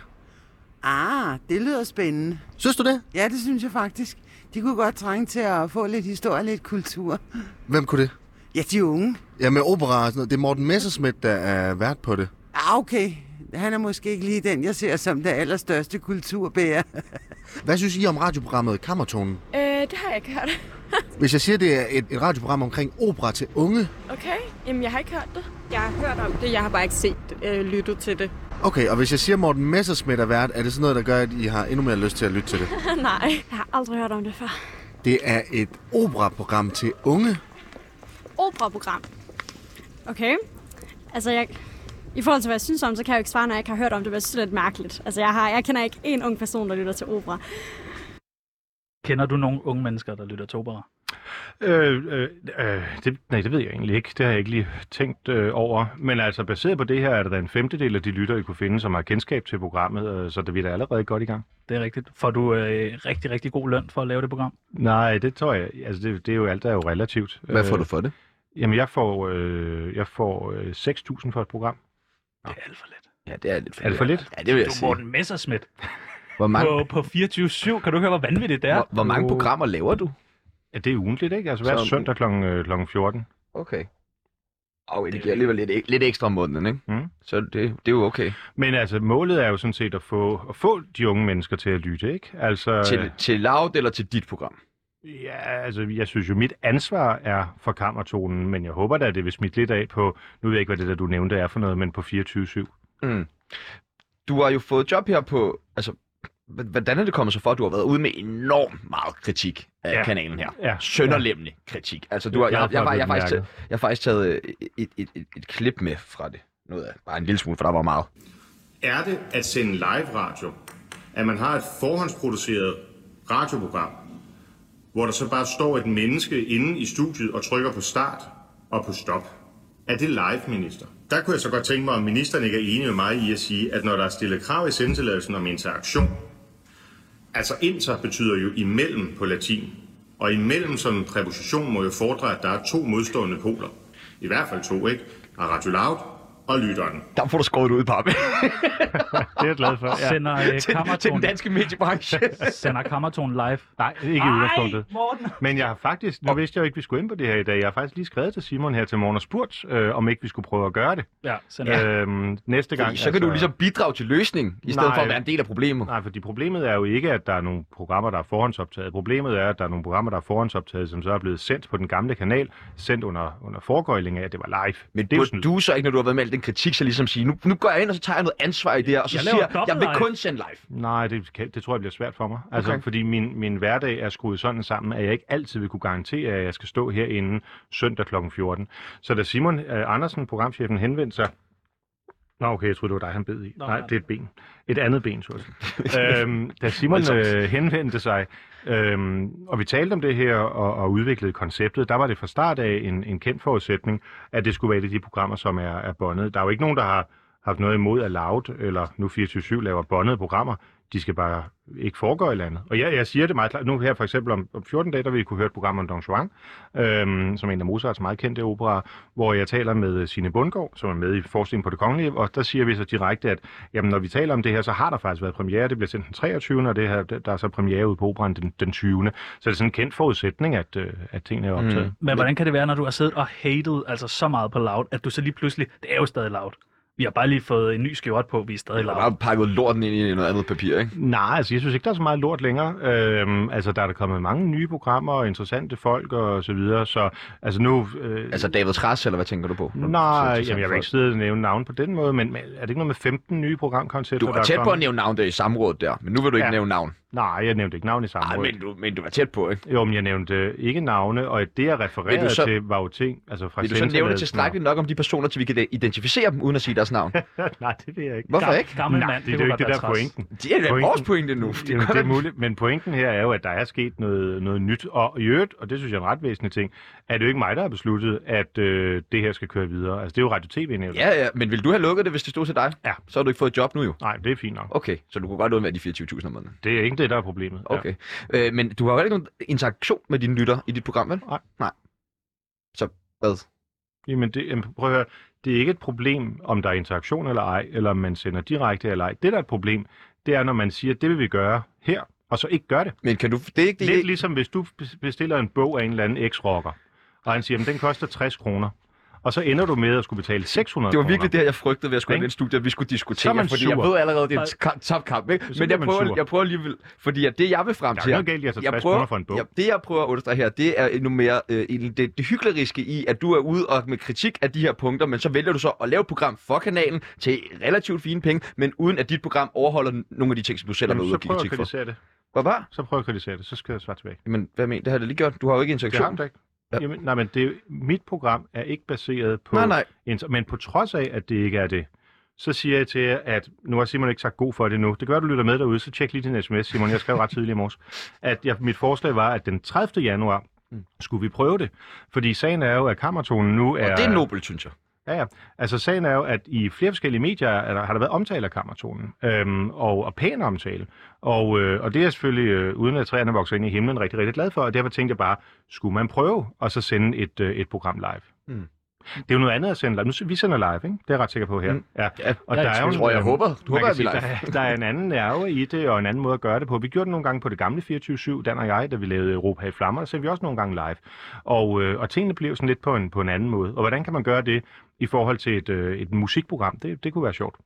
Speaker 8: Ah, det lyder spændende.
Speaker 7: Synes du det?
Speaker 8: Ja, det synes jeg faktisk. De kunne godt trænge til at få lidt historie og lidt kultur.
Speaker 7: Hvem kunne det?
Speaker 8: Ja, de unge.
Speaker 7: Ja, med opera og sådan noget. Det er Morten Messerschmidt, der er vært på det.
Speaker 8: Ah, okay. Han er måske ikke lige den, jeg ser som det allerstørste kulturbærer.
Speaker 7: Hvad synes I om radioprogrammet Kammertonen?
Speaker 9: Øh, det har jeg ikke hørt.
Speaker 7: Hvis jeg siger, det er et, et radioprogram omkring opera til unge,
Speaker 9: Okay, jamen jeg har ikke hørt det. Jeg har hørt om det, jeg har bare ikke set, øh, lyttet til det.
Speaker 7: Okay, og hvis jeg siger Morten Messerschmidt er vært, er det sådan noget, der gør, at I har endnu mere lyst til at lytte til det?
Speaker 9: *laughs* Nej, jeg har aldrig hørt om det før.
Speaker 7: Det er et operaprogram til unge.
Speaker 10: operaprogram. Okay. Altså, jeg, i forhold til, hvad jeg synes om, så kan jeg jo ikke svare, når jeg ikke har hørt om det, men jeg synes, det er lidt mærkeligt. Altså, jeg, har, jeg kender ikke en ung person, der lytter til opera.
Speaker 4: Kender du nogle unge mennesker, der lytter til opera?
Speaker 2: Øh, øh, øh, det, nej, det ved jeg egentlig ikke. Det har jeg ikke lige tænkt øh, over. Men altså, baseret på det her, er der da en femtedel af de lytter, I kunne finde, som har kendskab til programmet, øh, så det vi er da allerede godt i gang.
Speaker 4: Det er rigtigt. Får du øh, rigtig, rigtig god løn for at lave det program?
Speaker 2: Nej, det tror jeg. Altså, det, det er jo alt, der er jo relativt.
Speaker 1: Hvad får du for det?
Speaker 2: Øh, jamen, jeg får, øh, jeg får øh, 6.000 for et program.
Speaker 4: Det er alt for lidt.
Speaker 1: Ja, det er lidt for,
Speaker 2: Er det for lidt?
Speaker 1: Ja, det vil jeg
Speaker 4: Du er
Speaker 1: sige.
Speaker 4: Morten Messerschmidt
Speaker 1: Hvor mange,
Speaker 4: på, på 24-7. Kan du høre, hvor vanvittigt det er?
Speaker 1: hvor, hvor mange programmer laver du?
Speaker 2: Ja, det er ugentligt, ikke? Altså, hver
Speaker 1: Så-
Speaker 2: søndag kl. Øh, klokken 14.
Speaker 1: Okay. Og det giver alligevel lidt, lidt ekstra om måneden, ikke?
Speaker 2: Mm.
Speaker 1: Så det, det er jo okay.
Speaker 2: Men altså, målet er jo sådan set at få, at få de unge mennesker til at lytte, ikke? Altså,
Speaker 1: Til, til Loud eller til dit program?
Speaker 2: Ja, altså, jeg synes jo, mit ansvar er for kammertonen, men jeg håber da, at det vil smitte lidt af på, nu ved jeg ikke, hvad det der, du nævnte er for noget, men på 24-7.
Speaker 1: Mm. Du har jo fået job her på... Altså, h- hvordan er det kommet så for, at du har været ude med enormt meget kritik af ja.
Speaker 2: Ja.
Speaker 1: kanalen her?
Speaker 2: Ja.
Speaker 1: Sønderlemmende kritik. Altså, du har,
Speaker 2: Jeg
Speaker 1: jeg,
Speaker 2: har
Speaker 1: jeg, jeg,
Speaker 2: fået
Speaker 1: var- jeg,
Speaker 2: det
Speaker 1: har faktisk,
Speaker 2: bemærket.
Speaker 1: taget- jeg har faktisk taget øh, et, et, et, et klip med fra det. Noget af, bare en lille smule, for der var meget.
Speaker 11: er det at sende live radio, at man har et forhåndsproduceret radioprogram, hvor der så bare står et menneske inde i studiet og trykker på start og på stop. Er det live, minister? Der kunne jeg så godt tænke mig, om ministeren ikke er enig med mig i at sige, at når der er stillet krav i sendetilladelsen om interaktion, altså inter betyder jo imellem på latin, og imellem som en præposition må jo fordre, at der er to modstående poler. I hvert fald to, ikke? Og Radio Loud og lytteren.
Speaker 1: Der får du skåret ud, Pappe.
Speaker 2: Det er jeg glad for.
Speaker 4: Ja. Sender
Speaker 1: *laughs*
Speaker 4: øh,
Speaker 1: til, til den
Speaker 4: kammerton,
Speaker 1: danske
Speaker 2: *laughs*
Speaker 1: mediebranche.
Speaker 4: sender kammerton live.
Speaker 2: Nej, ikke i
Speaker 4: Ej,
Speaker 2: udgangspunktet. Men jeg har faktisk, nu vidste jeg jo ikke, vi skulle ind på det her i dag, jeg har faktisk lige skrevet til Simon her til morgen og spurgt, øh, om ikke vi skulle prøve at gøre det.
Speaker 4: Ja, sender
Speaker 2: Ja. Øhm, næste gang. altså.
Speaker 1: Fordi så kan du ligesom bidrage til løsningen, i stedet
Speaker 2: Nej.
Speaker 1: for at være en del af problemet.
Speaker 2: Nej, fordi problemet er jo ikke, at der er nogle programmer, der er forhåndsoptaget. Problemet er, at der er nogle programmer, der er forhåndsoptaget, som så er blevet sendt på den gamle kanal, sendt under, under foregøjling af, at det var live.
Speaker 1: Men
Speaker 2: det er jo
Speaker 1: burde du så ikke, når du har været med al den kritik, så ligesom sige, nu, nu går jeg ind, og så tager jeg noget ansvar i det her, og så
Speaker 4: Jeg laver
Speaker 1: siger jeg, jeg vil
Speaker 4: dobbelt-live."
Speaker 1: kun sende live.
Speaker 2: Nej, det, kan- det tror jeg bliver svært for mig. Altså,
Speaker 1: Okay.
Speaker 2: okay. fordi min, min hverdag er skruet sådan sammen, at jeg ikke altid vil kunne garantere, at jeg skal stå herinde søndag kl. 14. Så da Simon øh, Andersen, programchefen, henvendte sig... Nå, okay, jeg troede, det var dig, han bed i.
Speaker 4: Nå,
Speaker 2: Nå, Nej,
Speaker 4: nej.
Speaker 2: det er et ben. Et andet ben, så øhm, Da Simon øh, henvendte sig, øhm, og vi talte om det her og, og udviklede konceptet, der var det fra start af en, en kendt forudsætning, at det skulle være et af de programmer, som er, er bondet. Der er jo ikke nogen, der har haft noget imod at Loud eller nu 24-7 laver bondede programmer. De skal bare ikke foregå i landet. Og jeg, jeg siger det meget klart. Nu her for eksempel om, om 14 dage, der vil I kunne høre et program om Don Juan, øhm, som er en af Mozarts meget kendte operaer, hvor jeg taler med Sine Bundgaard, som er med i forskningen på det kongelige, og der siger vi så direkte, at jamen, når vi taler om det her, så har der faktisk været premiere. Det bliver sendt den 23. og det her, der er så premiere ude på operan den, den 20. Så det er sådan en kendt forudsætning, at, øh, at tingene er optaget. Mm.
Speaker 4: Men hvordan kan det være, når du har siddet og hated altså så meget på Loud, at du så lige pludselig, det er jo stadig Loud. Vi har bare lige fået en ny skjort på, vi er stadig
Speaker 1: Du har
Speaker 4: Loud.
Speaker 1: bare pakket lorten ind i noget andet papir, ikke?
Speaker 2: Nej, altså jeg synes ikke, der er så meget lort længere. Øhm, altså der er der kommet mange nye programmer og interessante folk og så videre, så altså nu... Øh,
Speaker 1: Altså David Træs, eller hvad tænker du på? Når du
Speaker 2: Nej,
Speaker 1: siger til
Speaker 2: jamen, jeg vil ikke sidde og nævne navn på den måde, men men er det ikke noget med 15 nye programkoncepter,
Speaker 1: Du
Speaker 2: der
Speaker 1: var
Speaker 2: er
Speaker 1: tæt på at
Speaker 2: kommet?
Speaker 1: nævne navn der i samrådet der, men nu vil du ikke
Speaker 2: Ja.
Speaker 1: nævne navn.
Speaker 2: Nej, jeg nævnte ikke navn i
Speaker 1: Nej,
Speaker 2: samrådet.
Speaker 1: men du, men du var tæt på, ikke?
Speaker 2: Jo, men jeg nævnte øh, ikke navne, og det jeg refererede
Speaker 1: så-
Speaker 2: så... til var jo ting, altså fra
Speaker 1: Vil du så nævne
Speaker 2: sendetilladelsen
Speaker 1: tilstrækkeligt nok om de personer, til vi kan identificere dem, uden at sige deres
Speaker 2: *laughs*
Speaker 1: navn?
Speaker 2: og- Nej, det vil jeg ikke.
Speaker 1: Hvorfor
Speaker 4: Gam-
Speaker 1: ikke?
Speaker 4: Gammel
Speaker 2: Nej,
Speaker 4: mand,
Speaker 2: det, er jo
Speaker 4: kunne
Speaker 2: ikke det,
Speaker 4: godt
Speaker 2: der er
Speaker 4: være træls.
Speaker 2: pointen.
Speaker 1: Det er da
Speaker 2: Pointen-
Speaker 1: vores pointe nu.
Speaker 2: Jamen, det er muligt, men pointen her er jo, at der er sket noget, noget nyt. Og i øvrigt, og det synes jeg er en ret væsentlig ting, er det jo ikke mig, der har besluttet, at øh, det her skal køre videre. Altså, det er jo radio-tv-nævnet.
Speaker 1: Ja, ja, men vil du have lukket det, hvis det stod til dig?
Speaker 2: Ja.
Speaker 1: Så har du ikke fået et job nu jo.
Speaker 2: Nej, det er fint nok.
Speaker 1: Okay, så du kunne godt undvære de 24.000 om måneden.
Speaker 2: Det er ikke det, der er problemet. Ja.
Speaker 1: Okay. Øh, men du har jo ikke nogen interaktion med dine lytter i dit program, vel?
Speaker 2: Nej.
Speaker 1: Nej. Så hvad?
Speaker 2: Jamen, det, jamen, prøv at høre. Det er ikke et problem, om der er interaktion eller ej, eller om man sender direkte eller ej. Det, der er et problem, det er, når man siger, det vil vi gøre her, og så ikke gør det.
Speaker 1: Men kan du... Det er ikke det...
Speaker 2: Lidt ligesom hvis du bes- bestiller en bog af en eller anden eks-rocker, og han siger, at den koster 60 kroner, og så ender du med at skulle betale 600
Speaker 1: Det var
Speaker 2: kroner.
Speaker 1: virkelig det, jeg frygtede ved at skulle
Speaker 2: Ikke?
Speaker 1: ind i et studie, at vi skulle
Speaker 2: Så er
Speaker 1: diskutere,
Speaker 2: man
Speaker 1: fordi jeg
Speaker 2: sur.
Speaker 1: ved allerede, det er en ka- tabt kamp. Ikke?
Speaker 2: Så
Speaker 1: Men
Speaker 2: bliver
Speaker 1: jeg
Speaker 2: man
Speaker 1: prøver,
Speaker 2: sur.
Speaker 1: jeg prøver alligevel, fordi at det, jeg vil frem
Speaker 2: Der er
Speaker 1: til...
Speaker 2: noget galt i at tage 60 altså kroner for en bog.
Speaker 1: Ja, det, jeg prøver at understrege her, det er endnu mere øh, egentlig det, det hykleriske i, at du er ude og med kritik af de her punkter, men så vælger du så at lave et program for kanalen til relativt fine penge, men uden at dit program overholder n- nogle af de ting, som du selv har været
Speaker 2: Jamen,
Speaker 1: ude
Speaker 2: så
Speaker 1: og give
Speaker 2: prøv at
Speaker 1: kritik for.
Speaker 2: kritisere det.
Speaker 1: Hvad var?
Speaker 2: Så prøv at kritisere det, så skal jeg svare tilbage.
Speaker 1: Jamen, hvad mener Det har det lige gjort. Du har jo ikke
Speaker 2: Det har
Speaker 1: interaktion.
Speaker 2: du ikke.
Speaker 1: Ja.
Speaker 2: Jamen, nej, men det, mit program er ikke baseret på...
Speaker 1: Nej, nej.
Speaker 2: Inter- men på trods af, at det ikke er det, så siger jeg til jer, at nu har Simon ikke sagt god for det nu. Det kan være, du lytter med derude, så tjek lige din sms, Simon. Jeg skrev ret tidligt i morges. At jeg, mit forslag var, at den 30. januar skulle vi prøve det. Fordi sagen er jo, at kammertonen nu er...
Speaker 1: Og det er nobelt, synes jeg.
Speaker 2: Ja, ja. Altså sagen er jo, at i flere forskellige medier er der, har der været omtale af kammertonen, øhm, og, og pæn omtale. Og, øh, og det er jeg selvfølgelig, øh, uden at træerne vokser ind i himlen, rigtig, rigtig glad for, og derfor tænkte jeg bare, skulle man prøve og så sende et, øh, et program live?
Speaker 1: Mm.
Speaker 2: Det er jo noget andet at sende live. Nu, s- vi sender live, ikke? Det er jeg ret sikker på her.
Speaker 1: Mm.
Speaker 2: Ja.
Speaker 1: Ja,
Speaker 2: Og
Speaker 1: jeg
Speaker 2: der er jo, en-
Speaker 1: tror, jeg
Speaker 2: øh,
Speaker 1: håber,
Speaker 2: man
Speaker 1: håber
Speaker 2: kan
Speaker 1: at vi
Speaker 2: sige,
Speaker 1: live.
Speaker 2: der, er- der er en anden nerve i det, og en anden måde at gøre det på. Vi gjorde det nogle gange på det gamle 24-7, Dan og jeg, da vi lavede Europa i Flammer, der sendte vi også nogle gange live. Og, øh, og tingene blev sådan lidt på en, på en anden måde. Og hvordan kan man gøre det i forhold til et, øh, et musikprogram? Det, det kunne være sjovt.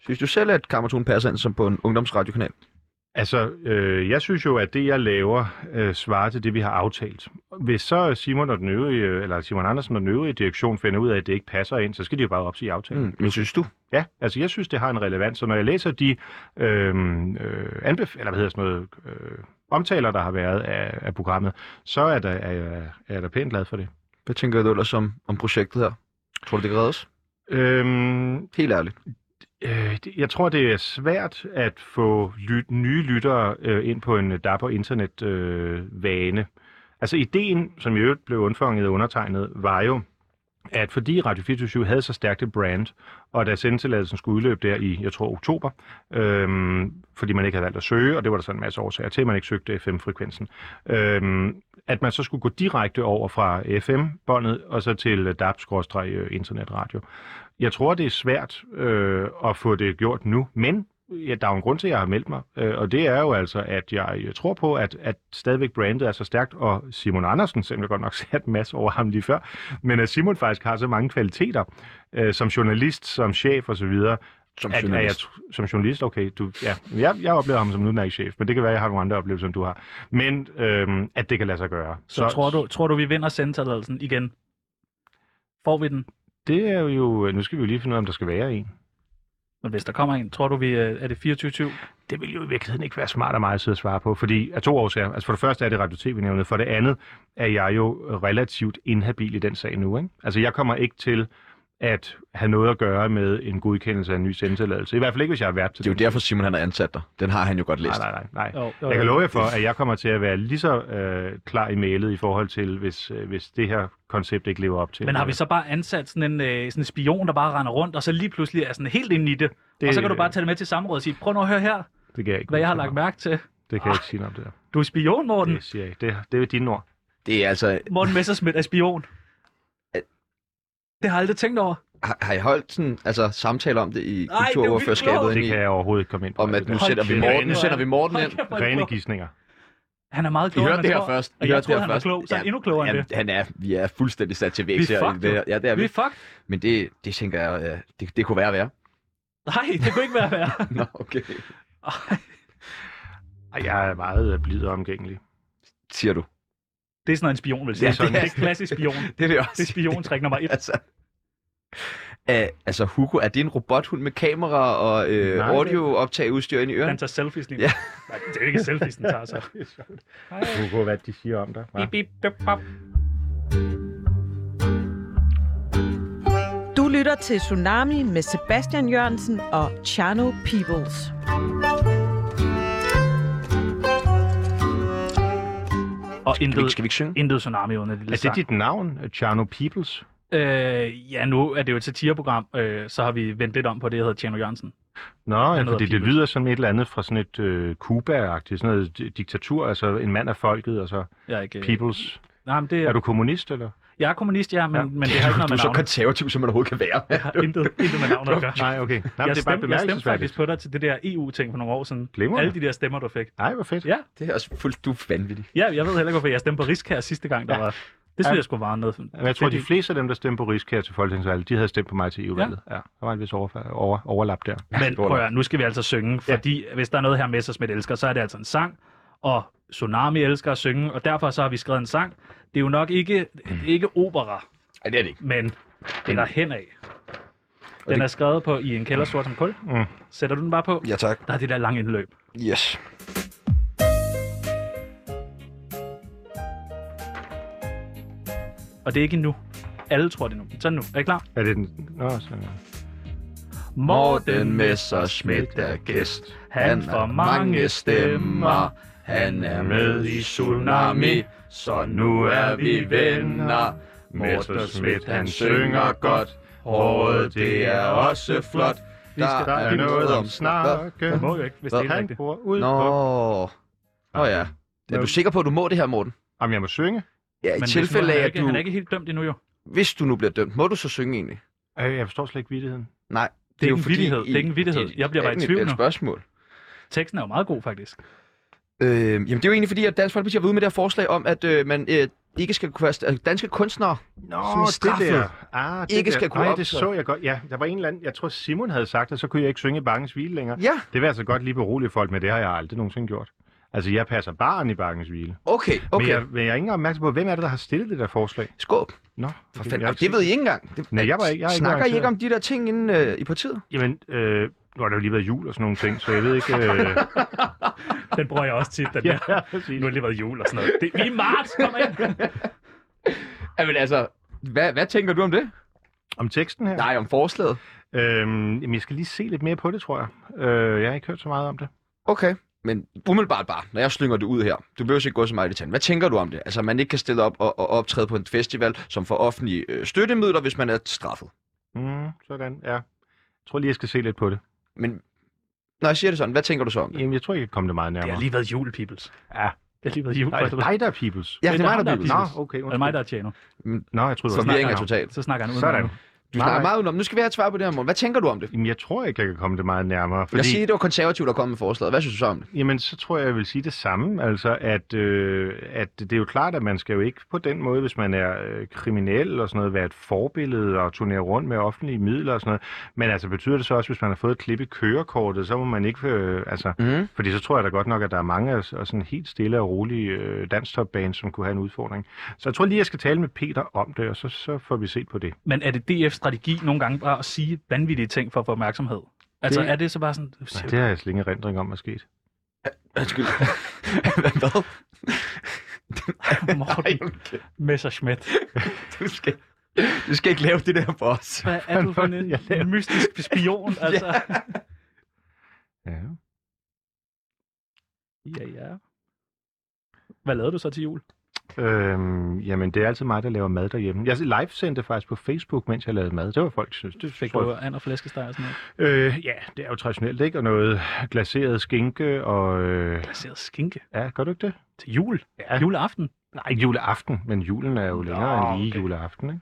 Speaker 1: Synes du selv, at Kammertun passer ind som på en ungdomsradiokanal?
Speaker 2: Altså, øh, jeg synes jo, at det, jeg laver, øh, svarer til det, vi har aftalt. Hvis så Simon, og den øvrige, eller Simon Andersen og den øvrige direktion finder ud af, at det ikke passer ind, så skal de jo bare opsige aftalen.
Speaker 1: Mm. Men synes du?
Speaker 2: Ja, altså jeg synes, det har en relevans, så når jeg læser de øh, øh, anbef- eller hvad hedder sådan noget, øh, omtaler, der har været af, af programmet, så er, der, er, jeg, er jeg da pænt glad for det.
Speaker 1: Hvad tænker du ellers om, om projektet her? Tror du, det kan reddes?
Speaker 2: Øhm,
Speaker 1: Helt ærligt.
Speaker 2: Øh, det- Jeg tror, det er svært at få lyt, nye lyttere øh, ind på en øh, dapper internetvane. Øh, vane. altså ideen, som i øvrigt blev undfanget og undertegnet, var jo, at fordi Radio 24 havde så stærkt et brand, og da sendetilladelsen skulle udløbe der i, jeg tror, oktober, øhm, fordi man ikke havde valgt at søge, og det var der så en masse årsager til, at man ikke søgte FM-frekvensen, øhm, at man så skulle gå direkte over fra FM-båndet og så til øh, DAB-internetradio. Jeg tror, det er svært øh, at få det gjort nu, men ja, der er jo en grund til, at jeg har meldt mig, øh, og det er jo altså, at jeg, jeg tror på, at, at stadigvæk brandet er så stærkt, og Simon Andersen, selvom jeg godt nok *laughs* sat en masse over ham lige før, men at Simon faktisk har så mange kvaliteter, øh, som journalist, som chef osv.,
Speaker 1: Som
Speaker 2: at, At jeg,
Speaker 1: journalist.
Speaker 2: tr- som journalist, okay, du, ja, jeg, jeg oplever ham som en udmærket chef, men det kan være, at jeg har nogle andre oplevelser, end du har. Men øhm, at det kan lade sig gøre.
Speaker 4: Så, så tror, du, tror du, vi vinder sendetilladelsen igen? Får vi den?
Speaker 2: Det er jo... Nu skal vi jo lige finde ud af, om der skal være en.
Speaker 4: Men hvis der kommer en, tror du, vi øh, er det 24-20?
Speaker 2: Det vil jo i virkeligheden ikke være smart af mig at sidde og svare på, fordi af to årsager. Altså for det første er det Radio TV-nævnet, for det andet er jeg jo relativt inhabil i den sag nu. Ikke? Altså jeg kommer ikke til at have noget at gøre med en godkendelse af en ny sendetilladelse. I hvert fald ikke, hvis jeg er vært til
Speaker 1: Det er jo derfor, Simon han har ansat dig. Den har han jo godt læst.
Speaker 2: Nej, nej, nej. nej.
Speaker 1: Jo, jo,
Speaker 2: jeg kan
Speaker 1: jo.
Speaker 2: love jer for, at jeg kommer til at være lige så øh, klar i mailet i forhold til, hvis, øh, hvis det her koncept ikke lever op til.
Speaker 4: Men har vi så bare ansat sådan en, øh, sådan en spion, der bare render rundt, og så lige pludselig er sådan helt inde i det, det... og så kan du bare tage det med til samrådet og sige, prøv nu at høre her,
Speaker 2: Det kan jeg ikke.
Speaker 4: hvad jeg har lagt mærke til.
Speaker 2: Det kan jeg ikke sige noget om det der.
Speaker 4: Du er spion, Morten.
Speaker 2: Det siger jeg ikke. Det, det er dine ord.
Speaker 1: Det er altså...
Speaker 4: Morten Messerschmidt er spion. Det har jeg aldrig tænkt over.
Speaker 1: Har, har I holdt sådan, altså, samtaler om det i
Speaker 4: Nej, det er jo
Speaker 1: kulturordførerskabet?
Speaker 4: vildt
Speaker 2: Det kan jeg overhovedet ikke komme ind på.
Speaker 1: Om at nu
Speaker 2: Hold
Speaker 1: sender, vi
Speaker 2: kæft,
Speaker 1: Morten,
Speaker 2: hvor
Speaker 1: nu
Speaker 2: er
Speaker 1: sender vi
Speaker 2: han-
Speaker 1: Morten
Speaker 4: hold
Speaker 1: ind.
Speaker 4: kæft, hvor er han
Speaker 2: Rene
Speaker 4: klog.
Speaker 2: gissninger.
Speaker 4: Han er meget
Speaker 1: I
Speaker 4: klogere, end
Speaker 1: hørte
Speaker 4: man
Speaker 1: det her
Speaker 4: tror.
Speaker 1: først.
Speaker 4: Og
Speaker 1: I
Speaker 4: jeg
Speaker 1: hørte det
Speaker 4: troede,
Speaker 1: her
Speaker 4: han var
Speaker 1: først.
Speaker 4: klog, så er han endnu klogere end
Speaker 1: Jamen,
Speaker 4: det.
Speaker 1: Han er, vi er fuldstændig sat til vægs
Speaker 4: Vi er
Speaker 1: her.
Speaker 4: fucked, jo.
Speaker 1: Det- Ja, det er
Speaker 4: Vi
Speaker 1: vi.
Speaker 4: er fucked.
Speaker 1: Men det, det tænker jeg, øh, det, det kunne være
Speaker 4: *laughs*
Speaker 1: værre.
Speaker 4: Nej, det kunne ikke være værre.
Speaker 1: Nå, okay.
Speaker 2: Ej, jeg er meget øh, blid og
Speaker 1: *laughs*
Speaker 2: omgængelig.
Speaker 1: Siger du.
Speaker 4: Det er sådan noget, en spion vil
Speaker 1: Ja,
Speaker 4: sige. Ja, det,
Speaker 1: det
Speaker 4: er
Speaker 1: er-
Speaker 4: ikke klassisk spion.
Speaker 1: *laughs* Det er det også.
Speaker 4: Det er spiontrik nummer
Speaker 1: *laughs*
Speaker 4: et.
Speaker 1: Altså, Æh, altså Hugo, er det en robothund med kamera og øh,
Speaker 4: Nej, det-
Speaker 1: audiooptageudstyr ind i ørerne?
Speaker 4: Han tager selfies lige nu.
Speaker 1: Ja.
Speaker 4: Nej, det er ikke selfies, den tager så.
Speaker 2: Hugo, hvad de siger om dig. hva'?
Speaker 4: Bip, bip, bip, bop.
Speaker 5: Du lytter til Tsunami med Sebastian Jørgensen og Chano Peoples.
Speaker 4: Og intet, skal
Speaker 1: vi ikke synge?
Speaker 4: intet tsunami under lille
Speaker 2: Er det
Speaker 4: sang.
Speaker 2: dit navn, Chano Peoples?
Speaker 4: Øh, ja, nu er det jo et satireprogram, øh, så har vi vendt lidt om på det, der hedder Tjerno Jørgensen.
Speaker 2: Nå, ja,
Speaker 4: Han
Speaker 2: fordi
Speaker 4: hedder
Speaker 2: det lyder som et eller andet fra sådan et øh, Cuba-agtigt, sådan noget di- diktatur, altså en mand af folket, og så
Speaker 4: Jeg er ikke, øh,
Speaker 2: Peoples.
Speaker 4: Nej, men det
Speaker 2: Er du kommunist, eller?
Speaker 4: Jeg er kommunist, ja, men, ja. men det
Speaker 1: *laughs*
Speaker 4: har ikke noget
Speaker 1: du
Speaker 4: med
Speaker 1: er så
Speaker 4: navnet.
Speaker 1: konservativ, som man overhovedet kan være.
Speaker 4: Jeg har intet, intet med navnet at gøre.
Speaker 2: Nej, *laughs* okay. Nej, men det er
Speaker 4: jeg,
Speaker 2: bare
Speaker 4: stemte, jeg stemte
Speaker 2: bemærkelsesværdigt.
Speaker 4: faktisk på dig til det der EU-ting for nogle år siden.
Speaker 2: Glimrende.
Speaker 4: Alle de der stemmer, du fik.
Speaker 2: Nej, hvor fedt.
Speaker 4: Ja,
Speaker 1: *laughs* Det er også fuldt du er vanvittig.
Speaker 4: ja jeg ved heller ikke, hvorfor jeg stemte på Riskær sidste gang, der
Speaker 2: Ja.
Speaker 4: var... Det synes
Speaker 2: Ja.
Speaker 4: jeg sgu var noget.
Speaker 2: Men Jeg tror, de fleste af dem, der stemte på Rigskær til folketingsvalget, de havde stemt på mig til EU-valget. Ja. ja. Der var en vis overfa- over, overlap der.
Speaker 4: Men prøv at høre, nu skal vi altså synge, fordi ja. hvis der er noget her, Messersmith elsker, så er det altså en sang, og Tsunami elsker at synge, og derfor så har vi skrevet en sang. Det er jo nok ikke,
Speaker 2: Mm.
Speaker 4: det er ikke opera,
Speaker 1: Nej, det er det ikke.
Speaker 4: men den er henad. Den er skrevet på i en kælder sort som kul.
Speaker 2: Mm.
Speaker 4: Sætter du den bare på?
Speaker 1: Ja, tak.
Speaker 4: Der er det der lange indløb.
Speaker 1: Yes.
Speaker 4: Og det er ikke endnu. Alle tror det nu. Sådan nu. Er I klar?
Speaker 2: Er det den? Nå, så...
Speaker 1: Morten Messerschmidt er gæst. Han får mange stemmer. Han er med i Tsunami, så nu er vi venner. Messerschmidt, han synger godt. Håret, det er også flot. Der er noget om snakken.
Speaker 4: Det må jo ikke, hvis det er helt
Speaker 2: Han
Speaker 4: rigtigt.
Speaker 2: bor ud
Speaker 1: Nå.
Speaker 2: på...
Speaker 1: Nå ja. Er du sikker på, at du må det her, Morten?
Speaker 2: Jamen, jeg må synge.
Speaker 1: Ja, i
Speaker 4: Men
Speaker 1: tilfælde
Speaker 4: han, er
Speaker 1: af, at
Speaker 4: ikke, han
Speaker 1: du...
Speaker 4: er ikke helt dømt endnu jo.
Speaker 1: Hvis du nu bliver dømt, må du så synge egentlig?
Speaker 2: Øh, jeg forstår slet ikke vittigheden.
Speaker 1: Nej.
Speaker 4: Det er, ikke en vittighed. Det er ikke en vittighed. Jeg bliver bare i tvivl
Speaker 1: nu.
Speaker 4: nu.
Speaker 1: spørgsmål.
Speaker 4: Teksten er jo meget god faktisk.
Speaker 1: Øh, jamen, det er jo egentlig fordi, at Dansk Folkeparti har været ude med det her forslag om, at øh, man øh, ikke skal kunne være altså, danske kunstnere.
Speaker 2: Nå,
Speaker 1: som er straffet,
Speaker 2: Ah, det
Speaker 1: ikke
Speaker 2: der.
Speaker 1: skal kunne
Speaker 2: Nej,
Speaker 1: optræde.
Speaker 2: det så jeg godt. Ja, der var en eller anden, jeg tror Simon havde sagt, at så kunne jeg ikke synge i Bakkens Hvile længere.
Speaker 1: Ja,
Speaker 2: Det vil altså godt lige berolige folk med, det har jeg aldrig nogensinde gjort. Altså, jeg passer barn i Bakkens Hvile.
Speaker 1: okay, okay.
Speaker 2: Men, jeg, men jeg er ikke engang opmærksom på, hvem er det, der har stillet det der forslag?
Speaker 1: Skåb.
Speaker 2: Nå,
Speaker 1: For
Speaker 2: okay,
Speaker 1: fanden,
Speaker 2: jeg
Speaker 1: og det ved I ikke engang. Det,
Speaker 2: Nej, jeg var ikke- jeg er ikke
Speaker 1: snakker I
Speaker 2: orienteret.
Speaker 1: ikke om de der ting inde øh, i partiet?
Speaker 2: Jamen, øh, nu har der jo lige været jul og sådan nogle ting, så jeg ved ikke... Øh...
Speaker 4: Den bruger jeg også tit, den
Speaker 2: ja,
Speaker 4: der.
Speaker 2: præcis.
Speaker 4: Nu har det lige været jul og sådan noget. Det, vi er i marts, kom ind!
Speaker 1: Jamen altså, hvad, hvad tænker du om det?
Speaker 2: Om teksten her? Nej,
Speaker 1: om forslaget.
Speaker 2: Øhm, jamen, jeg skal lige se lidt mere på det, tror jeg. Øh, jeg har ikke hørt så meget om det.
Speaker 1: Okay. Men umiddelbart bare, når jeg slynger det ud her, du behøver ikke gå så meget i detaljen. Hvad tænker du om det? Altså, man ikke kan stille op og, og optræde på en festival, som får offentlige øh, støttemidler, hvis man er straffet.
Speaker 2: Mm, sådan, ja. Jeg tror lige, jeg skal se lidt på det.
Speaker 1: Men når jeg siger det sådan, hvad tænker du så om det?
Speaker 2: Jamen, jeg tror ikke, jeg kan komme det meget nærmere.
Speaker 4: Det har lige været jul, peoples.
Speaker 2: Ja.
Speaker 4: Det har lige været jul.
Speaker 2: Nej, det er dig, der er peoples.
Speaker 1: Ja, det er mig,
Speaker 4: ham,
Speaker 1: der er peoples.
Speaker 4: Nå, okay. Det er mig, der er tjener.
Speaker 2: Nå, jeg troede, det var
Speaker 1: Forvirring er
Speaker 2: snakker han om.
Speaker 1: total.
Speaker 4: Så snakker han udenom.
Speaker 2: Sådan.
Speaker 1: Du snakker meget udenom. Nu skal vi have et svar på det her, morgen. Hvad tænker du om det?
Speaker 2: Jamen, jeg tror ikke, jeg kan komme det meget nærmere.
Speaker 1: Fordi... Jeg siger, det var konservativt, der kom med forslaget. Hvad synes du så om det?
Speaker 2: Jamen, så tror jeg, jeg vil sige det samme. Altså, at, øh, at det er jo klart, at man skal jo ikke på den måde, hvis man er øh, kriminel og sådan noget, være et forbillede og turnere rundt med offentlige midler og sådan noget. Men altså, betyder det så også, hvis man har fået et klip i kørekortet, så må man ikke... Øh, altså,
Speaker 1: mm.
Speaker 2: Fordi så tror jeg da godt nok, at der er mange af og sådan helt stille og rolige øh, danstopbands, som kunne have en udfordring. Så jeg tror lige, jeg skal tale med Peter om det, og så, så får vi set på det.
Speaker 4: Men er det DF's strategi nogle gange bare at sige vanvittige ting for at få opmærksomhed? Altså,
Speaker 2: Det-
Speaker 4: er det så bare sådan...
Speaker 2: Nej, det har jeg slet ingen rendring om, er sket.
Speaker 1: Undskyld. *laughs* Hvad?
Speaker 4: Morten Messerschmidt.
Speaker 1: du skal... Du skal ikke lave det der for os.
Speaker 4: Hvad er du for en mystisk spion? Altså.
Speaker 2: Ja.
Speaker 4: ja, ja. Hvad lavede du så til jul?
Speaker 2: Øhm, jamen, det er altid mig, der laver mad derhjemme. Jeg live sendte faktisk på Facebook, mens jeg lavede mad. Det var folk, synes. Det
Speaker 4: Fik
Speaker 2: tror
Speaker 4: du
Speaker 2: jeg-
Speaker 4: and og flæskesteg og sådan noget?
Speaker 2: Øh, ja, det er jo traditionelt, ikke? Og noget glaseret skinke og... Øh...
Speaker 4: Glaseret skinke?
Speaker 2: Ja, gør du ikke det?
Speaker 4: Til jul?
Speaker 2: Ja.
Speaker 4: Juleaften?
Speaker 2: Nej, ikke juleaften, men julen er jo længere
Speaker 4: Nå,
Speaker 2: end lige juleaften, ikke?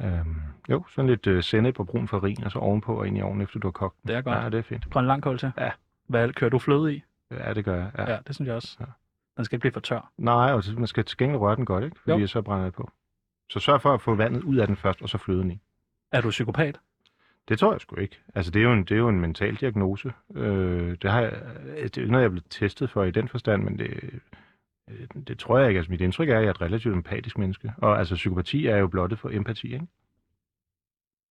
Speaker 2: Øhm, jo, sådan lidt øh, sennep og brun farin, og så ovenpå og ind i ovnen, efter du har kogt den.
Speaker 4: Det er godt.
Speaker 2: Ja, det er fint.
Speaker 4: Grøn langkål til?
Speaker 2: Ja.
Speaker 4: Hvad kører du fløde i?
Speaker 2: Ja, det gør jeg. Ja.
Speaker 4: Ja, det synes jeg også. Den skal ikke blive for tør.
Speaker 2: Nej, og så man skal til gengæld røre den godt, ikke? Fordi
Speaker 4: Jo.
Speaker 2: så brænder det på. Så sørg for at få vandet ud af den først, og så fløden i.
Speaker 4: Er du psykopat?
Speaker 2: Det tror jeg sgu ikke. Altså, det er jo en, det er jo en mental diagnose. Øh, det, har jeg, det er jo ikke noget, jeg er blevet testet for i den forstand, men det, øh, det tror jeg ikke. Altså, mit indtryk er, at jeg er et relativt empatisk menneske. Og altså, psykopati er jo blottet for empati, ikke?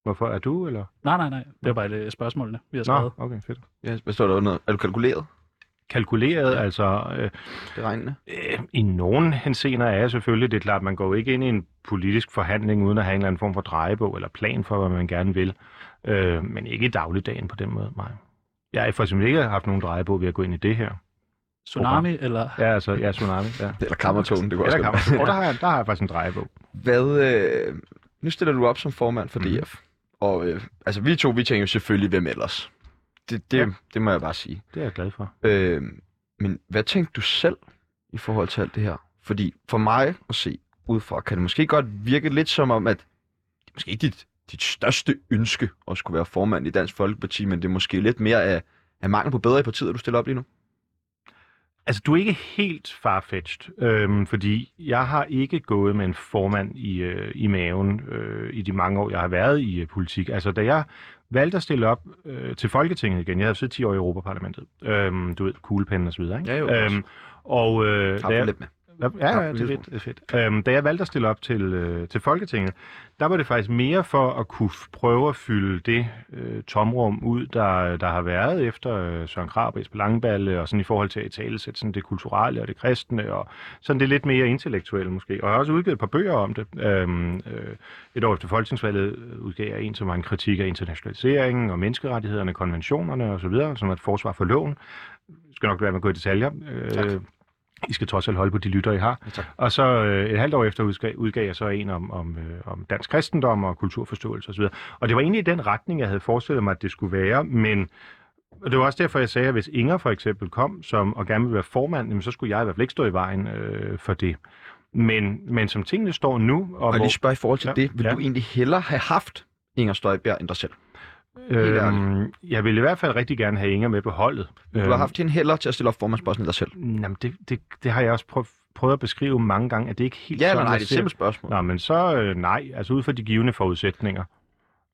Speaker 2: Hvorfor er du, eller?
Speaker 4: Nej, nej, nej. Det var bare et øh, spørgsmålene, vi har skrevet.
Speaker 2: Nå, okay, fedt.
Speaker 1: Ja, hvad står der under? Er du kalkuleret?
Speaker 2: Kalkuleret, altså... Øh,
Speaker 1: Det regner.
Speaker 2: Øh, I nogen hensener er jeg selvfølgelig, det er klart, man går jo ikke ind i en politisk forhandling, uden at have en eller anden form for drejebog eller plan for, hvad man gerne vil. Øh, men ikke i dagligdagen på den måde, nej. Jeg har for eksempel ikke haft nogen drejebog ved at gå ind i det her.
Speaker 4: Tsunami, eller...
Speaker 2: Ja, altså, ja, tsunami, ja.
Speaker 1: Eller kammertogen, det kunne
Speaker 2: Eller
Speaker 1: også godt
Speaker 2: kammer. Og der har, jeg, der har jeg faktisk en drejebog.
Speaker 1: Hvad, øh, nu stiller du op som formand
Speaker 2: Mhm.
Speaker 1: for DF. Og øh, altså, vi to, vi tænker jo selvfølgelig, hvem ellers. Det, det, ja. det må jeg bare sige.
Speaker 2: Det er jeg glad for.
Speaker 1: Øh, men hvad tænkte du selv i forhold til alt det her? Fordi for mig at se udefra, kan det måske godt virke lidt som om, at det er måske ikke dit, dit største ønske at skulle være formand i Dansk Folkeparti, men det er måske lidt mere af, af mangel på bedre i partiet, at du stiller op lige nu.
Speaker 2: Altså, du er ikke helt farfetched, øhm, fordi jeg har ikke gået med en formand i, øh, i maven øh, i de mange år, jeg har været i øh, politik. Altså, da jeg valgte at stille op øh, til Folketinget igen, jeg havde siddet 10 år i Europaparlamentet, øhm, du ved, kuglepinden og så videre, ikke?
Speaker 1: Ja, jo,
Speaker 2: øhm, og, øh,
Speaker 1: Har
Speaker 2: da
Speaker 1: fået
Speaker 2: jeg-
Speaker 1: lidt med.
Speaker 2: Ja, ja,
Speaker 1: Ja,
Speaker 2: ja
Speaker 1: en
Speaker 2: det, er
Speaker 1: lille
Speaker 2: fedt, det er fedt. Øhm, da jeg valgte at stille op til, øh, til Folketinget, der var det faktisk mere for at kunne f- prøve at fylde det øh, tomrum ud, der, der har været efter øh, Søren Krab og Jesper Langballe, og sådan i forhold til at tale sådan det kulturelle og det kristne, og sådan det lidt mere intellektuelle måske. Og jeg har også udgivet et par bøger om det. Øhm, øh, et år efter folketingsvalget øh, udgav jeg en, som var en kritik af internationaliseringen og menneskerettighederne, konventionerne osv., som er et forsvar for loven. Det skal nok være med at gå i detaljer. Øh, i skal trods alt holde på de lytter, I har.
Speaker 1: Ja,
Speaker 2: og så øh, et halvt år efter udgav, udgav jeg så en om, om, øh, om dansk kristendom og kulturforståelse osv. Og det var egentlig i den retning, jeg havde forestillet mig, at det skulle være, men og det var også derfor, jeg sagde, at hvis Inger for eksempel kom som, og gerne ville være formand, jamen, så skulle jeg i hvert fald ikke stå i vejen øh, for det. Men, men som tingene står nu... Og,
Speaker 1: Og
Speaker 2: hvor-
Speaker 1: lige spørge i forhold til
Speaker 2: Ja,
Speaker 1: ja. det, vil
Speaker 2: ja.
Speaker 1: ja. du egentlig hellere have haft Inger Støjbjerg end dig selv? Helt
Speaker 2: Øhm, jeg ville i hvert fald rigtig gerne have Inger med på holdet.
Speaker 1: Du har
Speaker 2: Øhm,
Speaker 1: haft hende hellere til at stille op formandsposten end dig selv.
Speaker 2: Jamen, det, det, det har jeg også prøv, prøvet at beskrive mange gange, at det ikke helt
Speaker 1: Ja eller
Speaker 2: sådan,
Speaker 1: nej,
Speaker 2: jeg
Speaker 1: det er et
Speaker 2: ser-
Speaker 1: simpelt spørgsmål.
Speaker 2: Nå, men så øh, nej, altså ud fra de givende forudsætninger.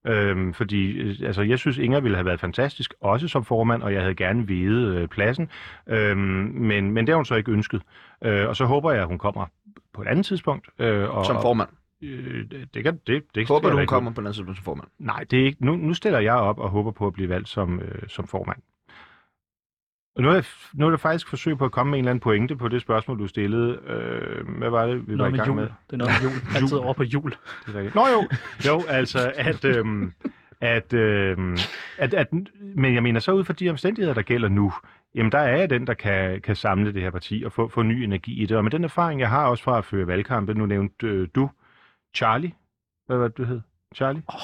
Speaker 2: Øhm, fordi øh, altså, jeg synes, Inger ville have været fantastisk, også som formand, og jeg havde gerne vedet øh, pladsen. Øhm, men, men det har hun så ikke ønsket. Øh, og så håber jeg, at hun kommer på et andet tidspunkt. Øh, og,
Speaker 1: Som formand.
Speaker 2: Øh, det, det, kan- det, det
Speaker 1: Håber
Speaker 2: skal
Speaker 1: du,
Speaker 2: jeg
Speaker 1: hun
Speaker 2: ikke-
Speaker 1: kommer på den anden side som formand?
Speaker 2: Nej, det er ikke. Nu, nu stiller jeg op og håber på at blive valgt som, øh, som formand. Og nu er, jeg, nu er der faktisk forsøg på at komme med en eller anden pointe på det spørgsmål, du stillede. Øh, hvad var det, vi
Speaker 4: Noget
Speaker 2: var i
Speaker 4: med
Speaker 2: gang
Speaker 4: jul.
Speaker 2: med?
Speaker 4: Det er noget med *laughs* jul. Altid over på jul.
Speaker 2: Det er rigtigt. Nå jo, jo altså at... Øhm, at, øhm, at, at, men jeg mener så ud fra de omstændigheder, der gælder nu, jamen der er jeg den, der kan, kan samle det her parti og få, få ny energi i det. Og med den erfaring, jeg har også fra at føre valgkampe, nu nævnte øh, du Charlie. Hvad var det, du hed? Charlie? Oh,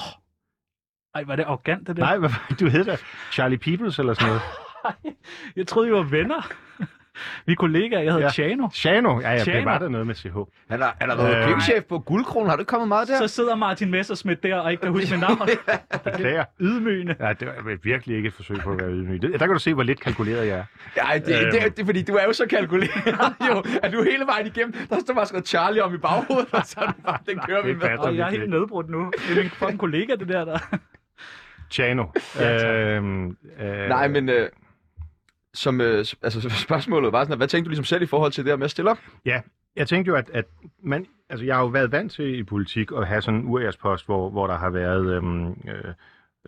Speaker 4: Ej, var det arrogant, det der?
Speaker 2: Nej, hvad, var- du hed da Charlie Peoples eller sådan noget.
Speaker 4: *laughs* Jeg troede, I var venner. *laughs* Vi er kollegaer. Jeg hedder ja. Chano.
Speaker 2: Chano, ja, ja, det
Speaker 4: Tjano.
Speaker 2: var der noget med CH.
Speaker 1: Han er, han
Speaker 4: har
Speaker 2: Øh,
Speaker 4: været
Speaker 1: klippechef på Guldkronen. Har du kommet meget
Speaker 4: Så sidder Martin Messerschmidt der og ikke kan huske mit *laughs* navn.
Speaker 2: Beklager.
Speaker 4: Ydmygende.
Speaker 2: Ja, det var virkelig ikke et forsøg på at være ydmygende. Der kan du se, hvor lidt kalkuleret jeg er.
Speaker 1: Nej, det,
Speaker 2: Øhm.
Speaker 1: det, det, det, er fordi du er jo så kalkuleret, *laughs* jo, at du hele vejen igennem, der står bare skrevet Charlie om i baghovedet, og så er du bare, den kører vi
Speaker 2: Det
Speaker 1: med.
Speaker 2: fatter
Speaker 4: Og jeg er
Speaker 2: virkelig
Speaker 4: helt nedbrudt nu. Det er min fucking kollega, det der. der.
Speaker 2: Chano. øhm, øh,
Speaker 1: Nej, men øh, som, øh, s- altså, *laughs* spørgsmålet var sådan, hvad tænkte du ligesom selv i forhold til det her med at stille op?
Speaker 2: Ja, jeg tænkte jo, at, at man, altså, jeg har jo været vant til i politik at have sådan en urærspost, hvor, hvor der har været øhm, øh,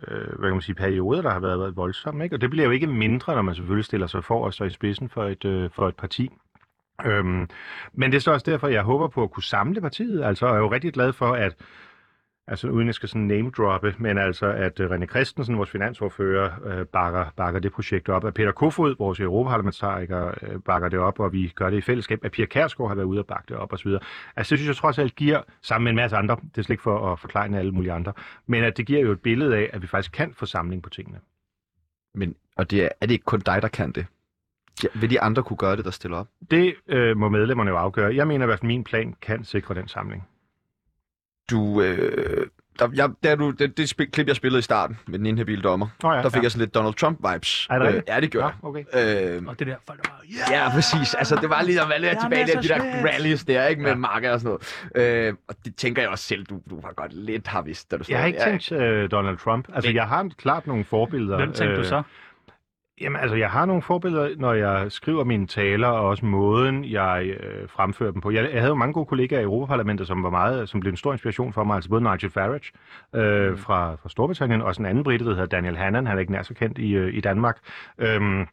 Speaker 2: øh, hvad kan man sige, perioder, der har været, været voldsomme. Ikke? Og det bliver jo ikke mindre, når man selvfølgelig stiller sig for og står i spidsen for et, øh, for et parti. Øhm, men det er så også derfor, jeg håber på at kunne samle partiet. Altså, og jeg er jo rigtig glad for, at Altså uden jeg skal sådan name droppe, men altså at øh, René Christensen, vores finansordfører, øh, bakker, bakker det projekt op. At Peter Kofod, vores europaparlamentariker, øh, bakker det op, og vi gør det i fællesskab. At Pia Kærsgaard har været ude og bakke det op osv. Altså det synes jeg trods alt giver, sammen med en masse andre, det er slet ikke for at forklare alle mulige andre, men at det giver jo et billede af, at vi faktisk kan få samling på tingene.
Speaker 1: Men, og det er, er det ikke kun dig, der kan det? Ja, vil de andre kunne gøre det, der stiller op?
Speaker 2: Det øh, må medlemmerne jo afgøre. Jeg mener i hvert fald, at min plan kan sikre den samling.
Speaker 1: Du, øh, der, jeg, der, du, det, det spil, klip, jeg spillede i starten med den inhabile dommer,
Speaker 2: Nå ja,
Speaker 1: der fik
Speaker 2: ja.
Speaker 1: jeg sådan lidt Donald Trump-vibes.
Speaker 2: Er
Speaker 1: øh,
Speaker 2: det rigtigt?
Speaker 1: ja, det gjorde jeg.
Speaker 2: Nå, okay.
Speaker 1: Øh,
Speaker 4: Og det der, folk der
Speaker 1: Ja, præcis. Altså, det var lige at være lidt
Speaker 4: Jeg er
Speaker 1: tilbage til de der
Speaker 4: Messerschmidt.
Speaker 1: rallies der, ikke? Med ja. marker og sådan noget. Øh, og det tænker jeg også selv, du, du har godt lidt har vidst, da du stod
Speaker 2: Jeg har ikke
Speaker 1: der,
Speaker 2: tænkt øh, Donald Trump. Altså, jeg har klart nogle forbilleder. øh,
Speaker 4: Hvem tænkte du
Speaker 1: Øh.
Speaker 4: så?
Speaker 2: Jamen, altså, jeg har nogle forbilleder, når jeg skriver mine taler, og også måden, jeg øh, fremfører dem på. Jeg, jeg havde jo mange gode kollegaer i Europaparlamentet, som var meget, som blev en stor inspiration for mig, altså både Nigel Farage øh, fra, fra Storbritannien, og sådan en anden brite, der hedder Daniel Hannan, han er ikke nær så kendt i, øh, i Danmark. Øhm,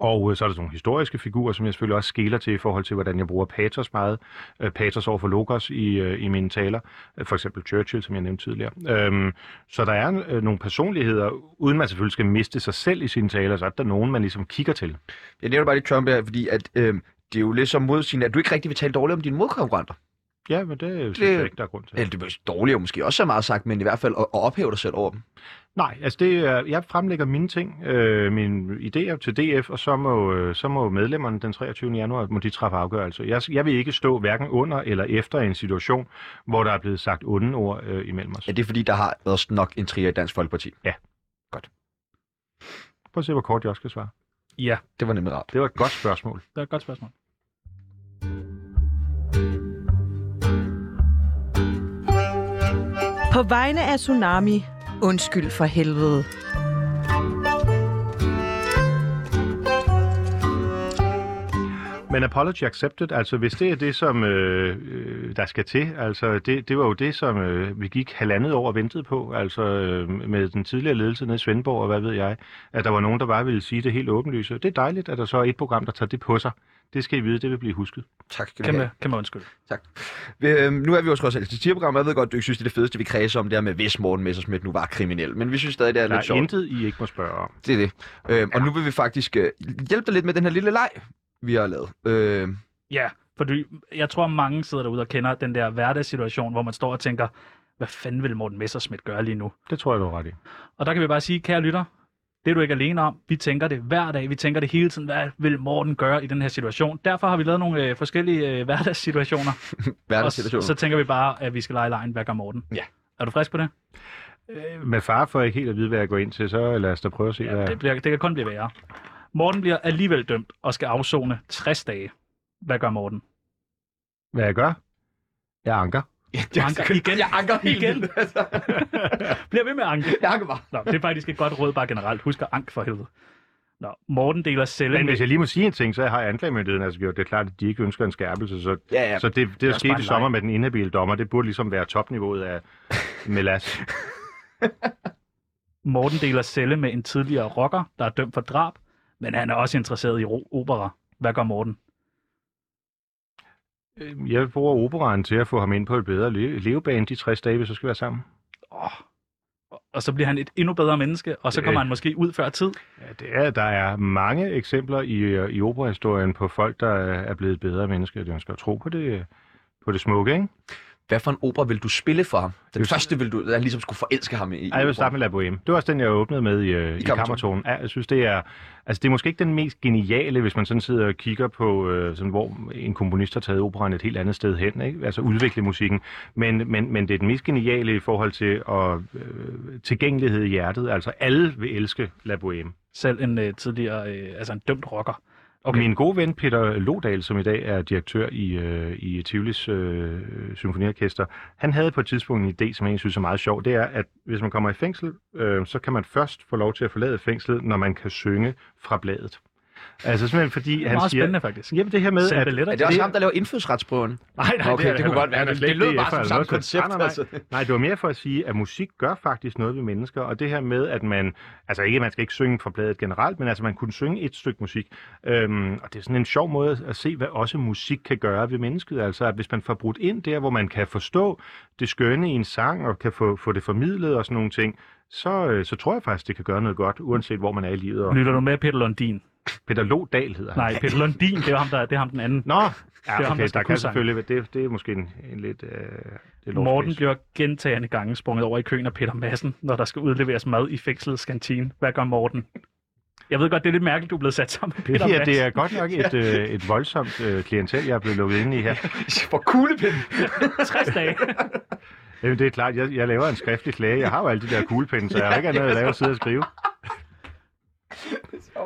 Speaker 2: og øh, så er der sådan nogle historiske figurer, som jeg selvfølgelig også skæler til i forhold til, hvordan jeg bruger patos meget. Øh, patos over for Logos i, øh, i mine taler. Øh, For eksempel Churchill, som jeg nævnte tidligere. Øhm, så der er øh, nogle personligheder, uden man selvfølgelig skal miste sig selv i sine taler, så er der nogen, man ligesom kigger til.
Speaker 1: Jeg nævner bare lige Trump her, fordi at, øh, det er jo lidt som modsigende, at du ikke rigtig vil tale dårligt om dine modkonkurrenter.
Speaker 2: Ja, men det, det synes jeg ikke, der er grund til.
Speaker 1: Eller det er dårligt er måske også er meget sagt, men i hvert fald at, at ophæve dig selv over dem.
Speaker 2: Nej, altså det er, jeg fremlægger mine ting, øh, mine idéer til DF, og så må, øh, så må medlemmerne den 23. januar, må de træffe afgørelse. Jeg, jeg vil ikke stå hverken under eller efter en situation, hvor der er blevet sagt onde ord øh, imellem os.
Speaker 1: Ja, det er fordi, der har været nok en trier i Dansk Folkeparti.
Speaker 2: Ja.
Speaker 1: Godt.
Speaker 2: Prøv at se, hvor kort jeg også skal svare.
Speaker 4: Ja,
Speaker 1: Det var nemlig rart.
Speaker 2: Det var et godt spørgsmål.
Speaker 4: det er et godt spørgsmål.
Speaker 5: På vegne af Tsunami, undskyld for helvede.
Speaker 2: Men apology accepted, altså hvis det er det, som øh, øh, der skal til, altså det, det var jo det, som øh, vi gik halvandet år og ventede på, altså øh, med den tidligere ledelse nede i Svendborg og hvad ved jeg, at der var nogen, der bare ville sige det helt åbenlyse. Det er dejligt, at der så er et program, der tager det på sig. Det skal I vide, det vil blive husket.
Speaker 1: Tak skal
Speaker 4: Kæmpe, kæmpe undskyld.
Speaker 1: Tak. Øhm, nu er vi jo trods alt til program, jeg ved godt, du ikke synes, det er det fedeste, vi kredser om, det her med, hvis Morten Messersmith nu var kriminel. Men vi synes stadig, det er
Speaker 2: Der
Speaker 1: lidt
Speaker 2: er
Speaker 1: sjovt.
Speaker 2: intet, I ikke må spørge om.
Speaker 1: Det er det. Øhm, og nu vil vi faktisk øh, hjælpe dig lidt med den her lille leg, vi har lavet. Øhm,
Speaker 4: Ja, fordi jeg tror, mange sidder derude og kender den der hverdagssituation, hvor man står og tænker, hvad fanden vil Morten Messerschmidt gøre lige nu?
Speaker 2: Det tror jeg, du har ret i.
Speaker 4: Og der kan vi bare sige, kære lytter, det er du ikke alene om. Vi tænker det hver dag. Vi tænker det hele tiden. Hvad vil Morten gøre i den her situation? Derfor har vi lavet nogle øh, forskellige øh, hverdagssituationer.
Speaker 1: hverdagssituationer.
Speaker 4: Og
Speaker 1: *laughs*
Speaker 4: så, så tænker vi bare, at vi skal lege lejen, hvad gør Morten?
Speaker 1: Ja.
Speaker 4: Er du frisk på det?
Speaker 2: Øh, Med far for ikke helt at vide, hvad jeg går ind til, så lad os da prøve at se, ja, hvad...
Speaker 4: Det, bliver, det kan kun blive værre. Morten bliver alligevel dømt og skal afzone 60 dage. Hvad gør Morten?
Speaker 2: hvad jeg gør. Jeg anker.
Speaker 4: Du anker igen.
Speaker 1: Jeg anker helt
Speaker 4: Igen.
Speaker 1: vildt, altså.
Speaker 4: Bliver ved med at anke.
Speaker 1: Jeg anker bare.
Speaker 4: Nå, det er faktisk et godt råd bare generelt. Husk at anke for helvede. Nå, Morten deler celle
Speaker 2: Men
Speaker 4: med-
Speaker 2: hvis jeg lige må sige en ting, så har anklagemyndigheden altså gjort det klart, at de ikke ønsker en skærpelse. Så,
Speaker 1: Ja, ja.
Speaker 2: så det, det
Speaker 4: Det er
Speaker 2: der
Speaker 4: også
Speaker 2: skete
Speaker 4: bare en
Speaker 2: i sommer
Speaker 4: leg.
Speaker 2: med den inhabile dommer, det burde ligesom være topniveauet af Melas.
Speaker 4: Morten deler celle med en tidligere rocker, der er dømt for drab, Men han er også interesseret i ro- opera. Hvad gør Morten?
Speaker 2: Øh, Jeg bruger operaen til at få ham ind på et bedre le- levebane de 60 dage, vi så skal være sammen.
Speaker 4: Og så bliver han et endnu bedre menneske, og så
Speaker 2: Øh.
Speaker 4: kommer han måske ud før tid.
Speaker 2: Ja, det er, der er mange eksempler i, øh, i operahistorien på folk, der er er blevet bedre mennesker. Det man skal jo tro på det, øh, på det smukke, ikke?
Speaker 1: Hvad for en opera vil du spille for ham? Den første vil du, der ligesom skulle forelske ham i.
Speaker 2: Ej, jeg vil starte med La Boheme. Det var også den, jeg åbnede med i, øh, i, i kammertonen. Ja, jeg synes, det er, altså, det er måske ikke den mest geniale, hvis man sådan sidder og kigger på, øh, sådan, hvor en komponist har taget operaen et helt andet sted hen, ikke? altså udvikle musikken. Men, men, men det er den mest geniale i forhold til at, øh, tilgængelighed i hjertet. Altså alle vil elske La Boheme.
Speaker 4: Selv en øh, tidligere, øh, altså en dømt rocker.
Speaker 2: Okay. Min gode ven Peter Lodal, som i dag er direktør i, øh, i Tivolis øh, symfoniorkester, han havde på et tidspunkt en idé, som jeg egentlig synes er meget sjov. Det er, at hvis man kommer i fængsel, øh, så kan man først få lov til at forlade fængslet, når man kan synge fra bladet. Altså simpelthen fordi
Speaker 1: Det er
Speaker 2: han
Speaker 1: meget
Speaker 2: siger...
Speaker 1: spændende,
Speaker 4: faktisk.
Speaker 2: Jamen det her med,
Speaker 1: Sælge billetter. Er det også ham, der laver indfødsretsprøven?
Speaker 2: Nej, nej,
Speaker 1: Okay,
Speaker 2: er
Speaker 1: det
Speaker 2: han
Speaker 1: kunne
Speaker 2: ikke.
Speaker 1: godt være.
Speaker 2: Han er
Speaker 1: Det-
Speaker 2: slet
Speaker 1: det
Speaker 2: ikke
Speaker 1: lød bare
Speaker 2: DF'er
Speaker 1: som
Speaker 2: eller
Speaker 1: samme
Speaker 2: noget
Speaker 1: koncept,
Speaker 2: Nej, nej, nej.
Speaker 1: altså.
Speaker 2: Nej, det var mere for at sige, at musik gør faktisk noget ved mennesker, og det her med, at man, altså ikke, man skal ikke synge fra bladet generelt, men altså man kunne synge et stykke musik. Øhm, og det er sådan en sjov måde at se, hvad også musik kan gøre ved mennesket. Altså at hvis man får brudt ind der, hvor man kan forstå det skønne i en sang, og kan få, få det formidlet og sådan nogle ting, så, øh, så tror jeg faktisk, det kan gøre noget godt, uanset hvor man er i livet. Og...
Speaker 4: Lytter du med, Peter Lundin?
Speaker 2: Peter Lodal hedder han.
Speaker 4: Nej, Peter Lundin, det er ham, der, det er ham den anden.
Speaker 2: Nå,
Speaker 4: er ham,
Speaker 2: Ja, okay,
Speaker 4: der
Speaker 2: der,
Speaker 4: skal
Speaker 2: der
Speaker 4: kunne
Speaker 2: kan
Speaker 4: sang.
Speaker 2: selvfølgelig være, det, det er måske en, en lidt... Øh, det er
Speaker 4: Morten bliver gentagende gange sprunget over i køen af Peter Madsen, når der skal udleveres mad i fængslets kantine. Hvad gør Morten? Jeg ved godt, det er lidt mærkeligt, du er blevet sat sammen med
Speaker 2: Det
Speaker 4: Peter
Speaker 2: her, det
Speaker 4: Madsen.
Speaker 2: er godt nok *laughs* et,
Speaker 4: Ja.
Speaker 2: øh, et voldsomt øh, klientel, jeg er blevet lukket ind i her.
Speaker 1: For kuglepinden.
Speaker 2: *laughs*
Speaker 4: 60 dage.
Speaker 2: Jamen, det er klart, jeg, jeg laver en skriftlig klage. Jeg har jo alle de der kuglepinde, så jeg har ikke andet at lave at sidde og skrive.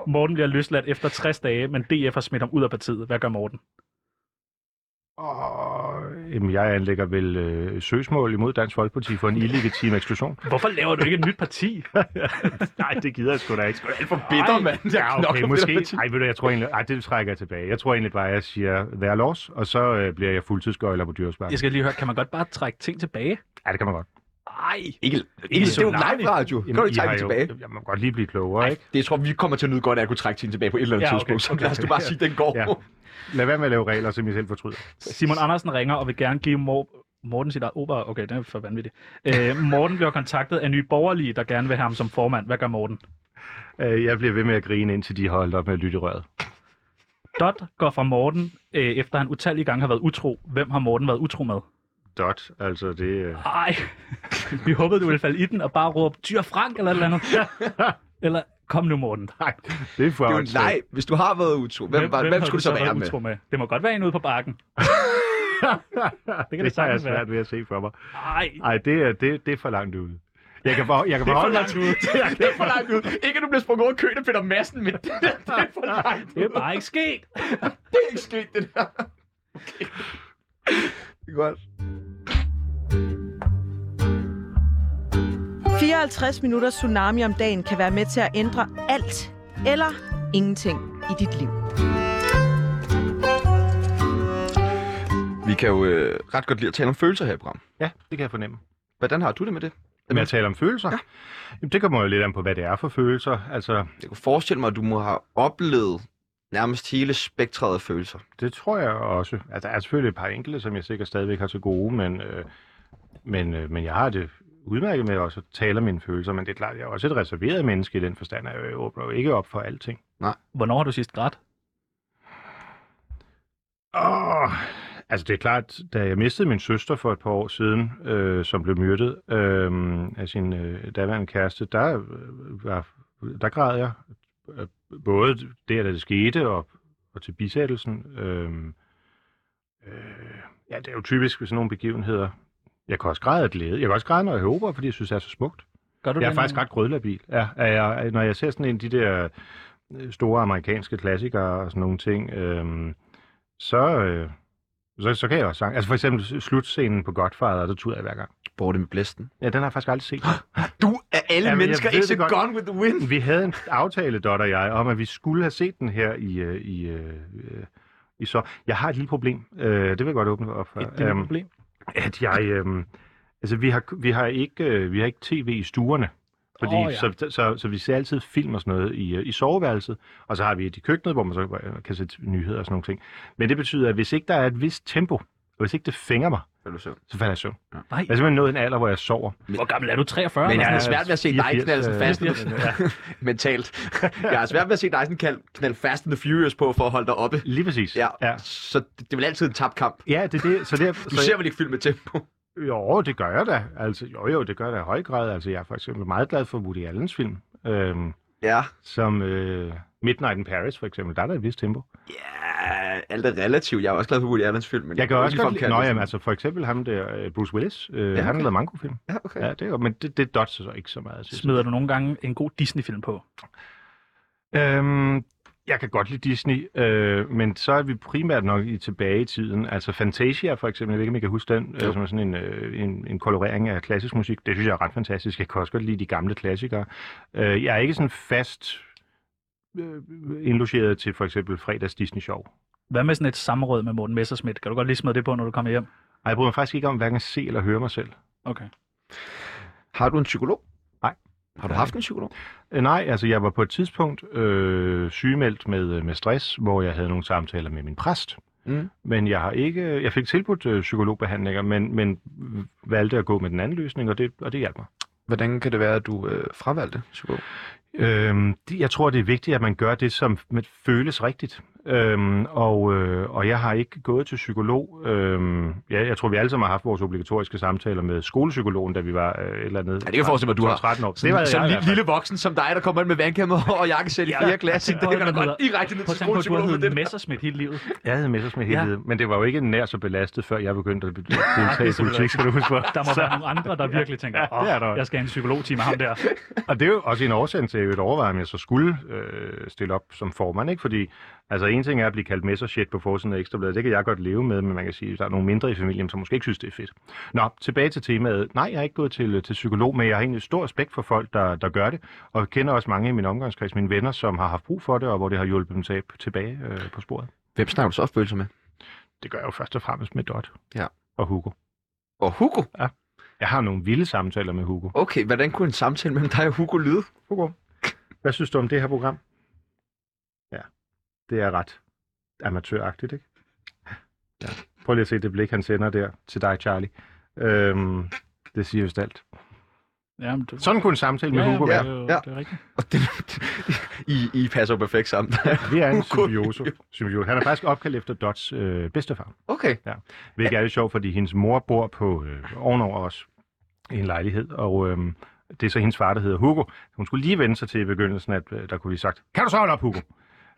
Speaker 4: Morten bliver løsladt efter 60 dage, men DF har smidt ham ud af partiet. Hvad gør Morten?
Speaker 2: Jamen, jeg anlægger vel øh, søgsmål imod Dansk Folkeparti for en illegitim eksklusion.
Speaker 4: Hvorfor laver du ikke et nyt parti?
Speaker 2: *laughs* Nej, det gider jeg sgu da ikke. Sgu
Speaker 1: alt for
Speaker 4: bitter, mand. Jeg
Speaker 2: Ja, okay,
Speaker 4: knokler
Speaker 2: måske.
Speaker 4: bitter parti.
Speaker 2: Ej, ved du, jeg tror egentlig... Ej, det trækker jeg tilbage. Jeg tror egentlig bare, jeg siger, there er loss, og så øh, bliver jeg fuldtidsgøjler på dyrespark.
Speaker 4: Jeg skal lige høre, kan man godt bare trække ting tilbage?
Speaker 2: Ja, det kan man godt.
Speaker 4: Nej.
Speaker 1: Ikke, ikke det er jo live radio. Kan du ikke trække den tilbage?
Speaker 2: Jeg må godt lige blive klogere, ikke?
Speaker 1: Det tror vi vi kommer til at nyde godt af at kunne trække tiden tilbage på et eller andet
Speaker 2: Ja, okay.
Speaker 1: tidspunkt. Så
Speaker 2: Okay.
Speaker 1: lad os nu bare sige, at den går.
Speaker 2: Ja. Lad være med at lave regler, som I selv fortryder.
Speaker 4: Simon Andersen ringer og vil gerne give Mor- Morten sit eget opera. Okay, det er for vanvittigt. Øh, Morten bliver kontaktet af nye borgerlige, der gerne vil have ham som formand. Hvad gør Morten?
Speaker 2: Øh, Jeg bliver ved med at grine, indtil de holder op med at lytte i røret.
Speaker 4: Dot går fra Morten, øh, efter han utallige gange har været utro. Hvem har Morten været utro med?
Speaker 2: Dot, altså det... øh,
Speaker 4: Ej, *laughs* vi håbede, du ville falde i den og bare råbe, Tyr Frank eller et eller andet. *laughs* eller, kom nu Morten.
Speaker 2: Nej, det er for
Speaker 1: Det er jo en leg. Hvis du har været utro, hvem, hvem, hvem, hvem
Speaker 4: har
Speaker 1: skulle du så
Speaker 4: været
Speaker 1: være
Speaker 4: utro
Speaker 1: med?
Speaker 4: Det må godt være en ude på bakken. det kan det
Speaker 2: det har jeg
Speaker 4: sagtens være.
Speaker 2: svært ved at se for mig.
Speaker 4: Nej.
Speaker 2: Nej, det er, det, det er for langt ude. Jeg kan, for, jeg
Speaker 1: Det
Speaker 2: kan
Speaker 1: er for
Speaker 2: forholde mig
Speaker 1: langt ud. *laughs* Det er for langt ud. Ikke at du bliver sprunget over køen af Peter Madsen, men det, der, det er for langt ud.
Speaker 4: Det er bare ikke sket.
Speaker 1: det er ikke sket, det der. Okay. Det er godt.
Speaker 5: 54 minutter tsunami om dagen kan være med til at ændre alt eller ingenting i dit liv.
Speaker 1: Vi kan jo øh, ret godt lide at tale om følelser her i programmet.
Speaker 2: Ja, det kan jeg fornemme.
Speaker 1: Hvordan har du det med det?
Speaker 2: Med at tale om følelser? Ja. Jamen, det kommer jo lidt an på, hvad det er for følelser. Altså,
Speaker 1: Jeg kunne forestille mig, at du må have oplevet nærmest hele spektret af følelser.
Speaker 2: det tror jeg også. Altså, der er selvfølgelig et par enkelte, som jeg sikkert stadigvæk har til gode, men, øh, men, øh, men jeg har det udmærket med også at tale om mine følelser. Men det er klart, jeg er også et reserveret menneske i den forstand, at jeg åbner jo ikke op for alting.
Speaker 1: Nej.
Speaker 4: Hvornår har du sidst grædt?
Speaker 2: Åh, altså det er klart, da jeg mistede min søster for et par år siden, øh, som blev myrdet øh, af sin øh, daværende kæreste, der, øh, var, der græd jeg. Øh, Både der, da det skete, og, og til bisættelsen. Øh, øh, ja, det er jo typisk ved sådan nogle begivenheder. Jeg kan også græde af glæde. Jeg kan også græde, når jeg hører opera, fordi jeg synes, det er så smukt.
Speaker 4: Gør du
Speaker 2: jeg er
Speaker 4: det,
Speaker 2: faktisk
Speaker 4: når-
Speaker 2: ret grødlabil. Ja, er jeg, når jeg ser sådan en af de der øh, store amerikanske klassikere og sådan nogle ting, øh, så, øh, så, så kan jeg også sang. Altså for eksempel slutscenen på Godfather, der tuder jeg hver gang.
Speaker 1: Borte med blæsten.
Speaker 2: Ja, den har jeg faktisk aldrig set.
Speaker 1: Du er alle
Speaker 2: jeg
Speaker 1: mennesker
Speaker 2: ved det
Speaker 1: ikke
Speaker 2: godt.
Speaker 1: gone with the wind.
Speaker 2: Vi havde en aftale, Dot og jeg, om at vi skulle have set den her i, øh, i, øh, øh, i så. Jeg har et lille problem. Øh, det vil jeg godt åbne op for.
Speaker 4: Et lille
Speaker 2: Øhm,
Speaker 4: problem?
Speaker 2: øh, At jeg... Øh, altså, vi har, vi, har ikke, øh, vi har ikke tv i stuerne. Fordi
Speaker 4: Åh,
Speaker 2: oh,
Speaker 4: ja.
Speaker 2: ja. så, så, så vi ser altid film og sådan noget i, øh, i soveværelset, og så har vi et i køkkenet, hvor man så øh, kan sætte nyheder og sådan nogle ting. Men det betyder, at hvis ikke der er et vist tempo, og hvis ikke det fænger mig,
Speaker 1: så
Speaker 2: falder jeg i søvn. Ja. Jeg
Speaker 4: Nej.
Speaker 2: er simpelthen nået en alder, hvor jeg sover.
Speaker 4: Hvor gammel er du? 43?
Speaker 1: Men
Speaker 4: eller
Speaker 1: jeg
Speaker 4: sådan
Speaker 1: har
Speaker 4: noget?
Speaker 1: svært ved at se dig
Speaker 2: 84,
Speaker 1: knalde sådan
Speaker 2: øh,
Speaker 1: fast.
Speaker 2: 84,
Speaker 1: mentalt. Jeg har svært ved at se dig sådan knalde- knalde Fast and the Furious på for at holde dig oppe.
Speaker 2: Lige præcis.
Speaker 1: Ja. ja. Så det, det er vel altid en tabt kamp.
Speaker 2: Ja, det er det. Så det
Speaker 1: du ser vel ikke film med tempo?
Speaker 2: Jo, det gør jeg da. Altså, jo, jo, det gør jeg da i høj grad. Altså, jeg er for eksempel meget glad for Woody Allens film. Øhm,
Speaker 1: ja.
Speaker 2: Som øh, Midnight in Paris, for eksempel. Der er der et vist tempo.
Speaker 1: Ja, alt er relativt. Jeg er også glad for Woody Allens film. Men
Speaker 2: Jeg kan
Speaker 1: kan
Speaker 2: også
Speaker 1: ligefrem
Speaker 2: godt lide...
Speaker 1: kalde
Speaker 2: Nå,
Speaker 1: det
Speaker 2: jamen,
Speaker 1: sådan.
Speaker 2: altså, for eksempel ham der, øh, Bruce Willis. Øh,
Speaker 1: okay.
Speaker 2: Han har lavet Mango-film.
Speaker 1: Ja, okay.
Speaker 2: Ja, det er godt, men det, det dodger så ikke så meget. Synes.
Speaker 4: Smider du nogle gange en god Disney-film på?
Speaker 2: jeg. Øhm, jeg kan godt lide Disney, øh, men så er vi primært nok i tilbage i tiden. Altså Fantasia for eksempel, jeg ved ikke, om I kan huske den, øh,
Speaker 1: Jo.
Speaker 2: som er sådan en, øh, en, en kolorering af klassisk musik. Det synes jeg er ret fantastisk. Jeg kan også godt lide de gamle klassikere. Øh, jeg er ikke sådan fast øh, indlogeret til for eksempel fredags Disney-show.
Speaker 4: Hvad med sådan et samråd med Morten Messerschmidt? Kan du godt lige smide det på, når du kommer hjem?
Speaker 2: Nej, jeg bryder mig faktisk ikke om hverken at se eller høre mig selv.
Speaker 4: Okay.
Speaker 1: Har du en psykolog?
Speaker 2: Nej.
Speaker 1: Har du haft en psykolog?
Speaker 2: Øh, Nej, altså jeg var på et tidspunkt øh, sygemeldt med, med stress, hvor jeg havde nogle samtaler med min præst.
Speaker 1: Mm.
Speaker 2: Men jeg har ikke, jeg fik tilbudt øh, psykologbehandlinger, men, men valgte at gå med den anden løsning, og det, og det hjalp mig.
Speaker 1: Hvordan kan det være, at du øh, fravalgte psykolog?
Speaker 2: Øhm, det, jeg tror, det er vigtigt, at man gør det, som man føles rigtigt. Øhm, og, øh, og jeg har ikke gået til psykolog. Øhm, ja, jeg tror, vi alle sammen har haft vores obligatoriske samtaler med skolepsykologen, da vi var øh, et eller andet.
Speaker 1: Ja, det kan jeg forestille mig, du har.
Speaker 2: 13 år.
Speaker 1: Sådan,
Speaker 2: Det var
Speaker 1: sådan
Speaker 2: jeg,
Speaker 1: en
Speaker 2: i hvert
Speaker 1: lille,
Speaker 2: fald.
Speaker 1: lille voksen som dig, der kommer ind med vandkammer og jakkesæt i
Speaker 2: Ja.
Speaker 1: fjerde klasse. Det
Speaker 2: Prøv at
Speaker 1: kan da
Speaker 2: høre.
Speaker 1: godt direkte ned til
Speaker 4: Prøv at tænke på, at
Speaker 1: skolepsykologen med
Speaker 4: du har
Speaker 1: det
Speaker 4: heddet
Speaker 1: der.
Speaker 4: Messerschmidt hele livet.
Speaker 2: Jeg havde Messersmith hele
Speaker 4: Ja.
Speaker 2: tiden, men det var jo ikke nær så belastet, før jeg begyndte
Speaker 4: *laughs*
Speaker 2: at be- deltage i
Speaker 4: selvfølgelig
Speaker 2: politik, skal du huske på.
Speaker 4: Der må
Speaker 2: Så-
Speaker 4: være nogle andre, der virkelig tænker,
Speaker 2: Ja, det er der.
Speaker 4: "Åh, jeg skal have en psykologtime med ham der.
Speaker 2: Og det er jo også en årsag til, at jeg overvejer, om jeg så skulle øh, stille op som formand, ikke? Fordi altså, en ting er at blive kaldt messershit på forsiden af Ekstrabladet, det kan jeg godt leve med, men man kan sige, at der er nogle mindre i familien, som måske ikke synes, det er fedt. Nå, tilbage til temaet. Nej, jeg har ikke gået til, til psykolog, men jeg har egentlig stor respekt for folk, der, der gør det, og jeg kender også mange i min omgangskreds, mine venner, som har haft brug for det, og hvor det har hjulpet dem til- tilbage øh, på sporet.
Speaker 1: Hvem snakker du så følelser med?
Speaker 2: Det gør jeg jo først og fremmest med Dot
Speaker 1: Ja.
Speaker 2: og Hugo.
Speaker 1: Og Hugo?
Speaker 2: Ja. Jeg har nogle vilde samtaler med Hugo.
Speaker 1: Okay, hvordan kunne en samtale mellem dig og Hugo lyde?
Speaker 2: Hugo, hvad synes du om det her program? Ja, det er ret amatøragtigt, ikke? Ja. Prøv lige at se det blik, han sender der til dig, Charlie. Øhm, det siger jo alt.
Speaker 4: Jamen, du...
Speaker 2: Sådan kunne en samtale med
Speaker 4: Ja, ja,
Speaker 2: Hugo
Speaker 4: men
Speaker 2: være.
Speaker 4: det er jo-
Speaker 1: Ja.
Speaker 4: Det er rigtigt.
Speaker 1: *laughs* I, I passer jo perfekt sammen.
Speaker 2: Vi er en
Speaker 1: Hugo.
Speaker 2: *laughs* symbiose. symbiose. Han er faktisk opkaldt efter Dots øh, bedstefar.
Speaker 1: Okay.
Speaker 2: Ja. Hvilket er lidt sjovt, fordi hendes mor bor på øh, ovenover os i en lejlighed, og øh, det er så hendes far, der hedder Hugo. Hun skulle lige vende sig til i begyndelsen, at øh, der kunne blive sagt, kan du så holde op, Hugo?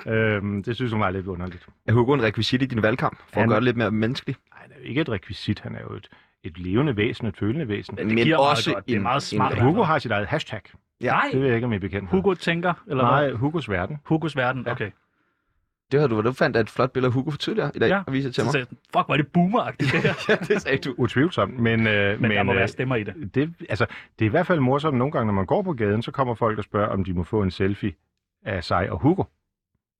Speaker 2: Øhm, det synes hun var lidt underligt.
Speaker 1: Er Hugo en rekvisit i din valgkamp? For
Speaker 2: Han-
Speaker 1: at gøre det lidt mere menneskeligt?
Speaker 2: Han er jo ikke et rekvisit, han er jo et, et levende væsen, et følende væsen.
Speaker 1: Men,
Speaker 4: det
Speaker 1: men
Speaker 4: giver meget
Speaker 1: også
Speaker 4: godt. Det er
Speaker 1: en-
Speaker 4: meget smart.
Speaker 1: En,
Speaker 2: Hugo har sit eget hashtag.
Speaker 1: ja,
Speaker 4: Nej,
Speaker 2: Det ved jeg ikke, om I er bekendt med.
Speaker 4: Hugo tænker, eller hvad?
Speaker 2: Nej, Hugos verden.
Speaker 4: Hugos verden, okay.
Speaker 1: det havde du, du fandt et flot billede af Hugo for tidligere i dag
Speaker 4: Ja.
Speaker 1: og viser til
Speaker 4: Så
Speaker 1: mig.
Speaker 4: sagde jeg, fuck, hvor er det boomeragtigt det her.
Speaker 1: ja, det sagde *laughs* du.
Speaker 2: Utvivlsomt, men... Øh,
Speaker 4: Men der må
Speaker 2: øh,
Speaker 4: være stemmer i det.
Speaker 2: det, altså, det er i hvert fald morsomt nogle gange, når man går på gaden, så kommer folk og spørger, om de må få en selfie af sig og Hugo.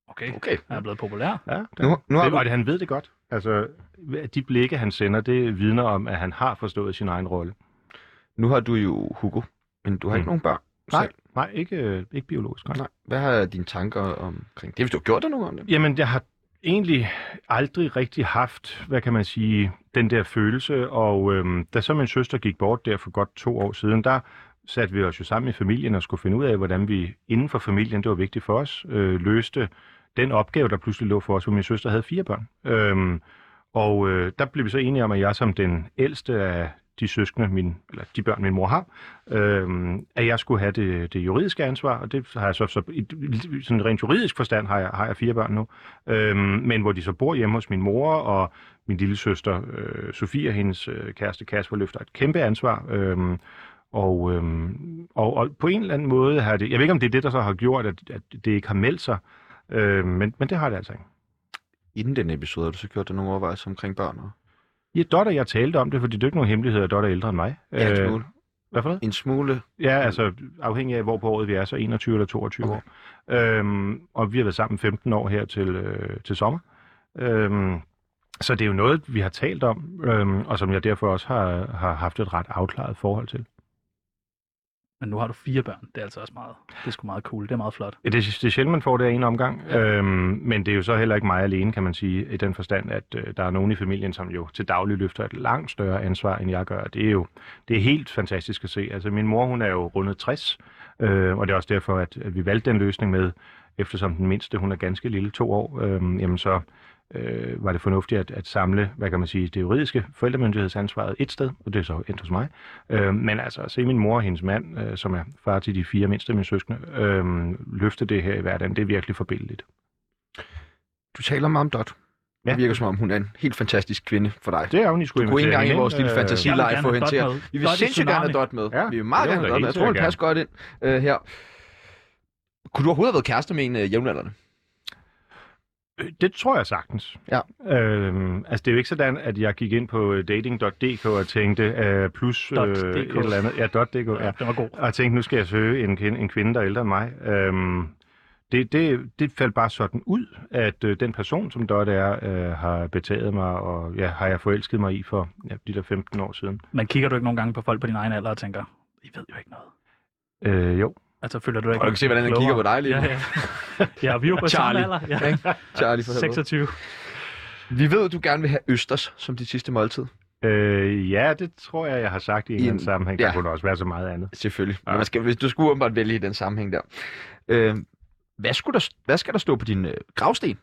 Speaker 4: Okay,
Speaker 1: Okay.
Speaker 4: han er blevet populær.
Speaker 2: Ja, der-
Speaker 1: Nu, nu har
Speaker 2: det,
Speaker 1: du...
Speaker 2: og det, han ved det godt. Altså, de blikke, han sender, det vidner om, at han har forstået sin egen rolle.
Speaker 1: Nu har du jo Hugo, men du har ikke
Speaker 2: Mm.
Speaker 1: nogen børn.
Speaker 2: Nej,
Speaker 1: selv.
Speaker 2: nej ikke, øh, ikke biologisk. Nej.
Speaker 1: Nej. Hvad har dine tanker omkring det? Hvis du har gjort dig nogen om det?
Speaker 2: Jamen, jeg har egentlig aldrig rigtig haft, hvad kan man sige, den der følelse. Og øhm, da så min søster gik bort der for godt to år siden, der satte vi os jo sammen i familien og skulle finde ud af, hvordan vi inden for familien, det var vigtigt for os, øh, løste den opgave, der pludselig lå for os, hvor min søster havde fire børn. Øhm, og øh, der blev vi så enige om, at jeg som den ældste af de søskende, min, eller de børn, min mor har, øh, at jeg skulle have det, det juridiske ansvar, og det har jeg så, så i sådan rent juridisk forstand har jeg, har jeg fire børn nu, øh, men hvor de så bor hjemme hos min mor, og min lille søster øh, Sofie og hendes øh, kæreste Kasper løfter et kæmpe ansvar, øh, og, øhm, og, og på en eller anden måde har det, jeg ved ikke om det er det, der så har gjort, at, at det ikke har meldt sig, øh, men, men det har det altså ikke.
Speaker 1: Inden den episode har du så gjort dig nogle overvejelser omkring børn? Og...
Speaker 2: Ja, Dot og jeg talte om det, fordi det er jo ikke nogen hemmelighed, at Dot er ældre end mig.
Speaker 1: Ja, en
Speaker 2: Øh,
Speaker 1: smule.
Speaker 2: Hvad for noget?
Speaker 1: En smule.
Speaker 2: Ja, altså afhængig af, hvor på året vi er, så 21 eller 22 okay.
Speaker 1: Okay.
Speaker 2: år. Øhm, og vi har været sammen 15 år her til, øh, til sommer. Øhm, så det er jo noget, vi har talt om, øhm, og som jeg derfor også har, har haft et ret afklaret forhold til.
Speaker 4: Men nu har du fire børn. Det er altså også meget. Det er sgu meget cool. Det er meget flot.
Speaker 2: Ja, Det, er- det er sjældent, man får det af en omgang,
Speaker 4: Ja.
Speaker 2: ja. øhm, men det er jo så heller ikke mig alene, kan man sige, i den forstand, at øh, der er nogen i familien, som jo til daglig løfter et langt større ansvar, end jeg gør. og Det er jo det er helt fantastisk at se. Altså, min mor, hun er jo rundet 60, øh, og det er også derfor, at, at vi valgte den løsning med, eftersom den mindste, hun er ganske lille, to år, øh, jamen så øh, var det fornuftigt at, at samle, hvad kan man sige, det juridiske forældremyndighedsansvaret et sted, og det er så endt hos mig. Øh, men altså at se min mor og hendes mand, øh, som er far til de fire mindste af mine søskende, øh, løfte det her i hverdagen, det er virkelig forbindeligt.
Speaker 1: Du taler meget om Dot. Ja. Det virker som om, hun er en helt fantastisk kvinde for dig.
Speaker 2: Det er hun, I skulle
Speaker 1: Du kunne ikke
Speaker 2: invitere
Speaker 1: engang i
Speaker 2: hende
Speaker 1: vores
Speaker 2: ind.
Speaker 1: lille
Speaker 2: Øh,
Speaker 1: fantasileje
Speaker 2: Jeg vil gerne
Speaker 1: få
Speaker 2: have
Speaker 1: hende
Speaker 2: Dot
Speaker 1: til at...
Speaker 2: med.
Speaker 1: Vi vil
Speaker 2: Dot i
Speaker 1: sindssygt gerne have
Speaker 2: Tsunami.
Speaker 1: Dot med.
Speaker 2: Ja,
Speaker 1: Vi vil
Speaker 2: det
Speaker 1: meget
Speaker 2: vil
Speaker 1: gerne have Dot med. Jeg
Speaker 2: jeg helt
Speaker 1: tror, hun
Speaker 2: sikkert
Speaker 1: passer godt ind øh, her. Kunne du overhovedet have været kærester med en øh, jævnaldrende?
Speaker 2: Øh, Det tror jeg sagtens. Ja. Øhm, altså, det er jo ikke sådan, at jeg gik ind på øh, dating.dk og tænkte, øh, plus øh,
Speaker 4: Dot
Speaker 2: et
Speaker 4: DK.
Speaker 2: eller andet. Ja, dot .dk. Ja,
Speaker 4: den var god.
Speaker 2: Og tænkte, nu skal jeg søge en, kvinde- en kvinde, der er ældre end mig. Øhm, det, det, det faldt bare sådan ud, at øh, den person, som Dot er, øh, har betaget mig, og ja, har jeg forelsket mig i for ja, de der 15 år siden.
Speaker 4: Men kigger du ikke nogle gange på folk på din egen alder og tænker, I ved jo ikke noget.
Speaker 2: Øh, jo.
Speaker 4: Altså, føler du dig ikke
Speaker 1: Prøv at se, hvordan han
Speaker 4: klogere?
Speaker 1: kigger på dig lige nu.
Speaker 4: Ja, ja. ja vi er jo på samme
Speaker 1: Charlie.
Speaker 4: alder.
Speaker 1: Ikke? Charlie for helvede.
Speaker 4: 26.
Speaker 1: Vi ved, at du gerne vil have Østers som dit sidste måltid.
Speaker 2: Øh, ja, det tror jeg, jeg har sagt i en eller anden sammenhæng. Der kunne også være så meget andet.
Speaker 1: Selvfølgelig. Men man skal, hvis du skulle åbenbart vælge i den sammenhæng der. Øh, hvad, skulle der, hvad skal der stå på din øh, gravsten?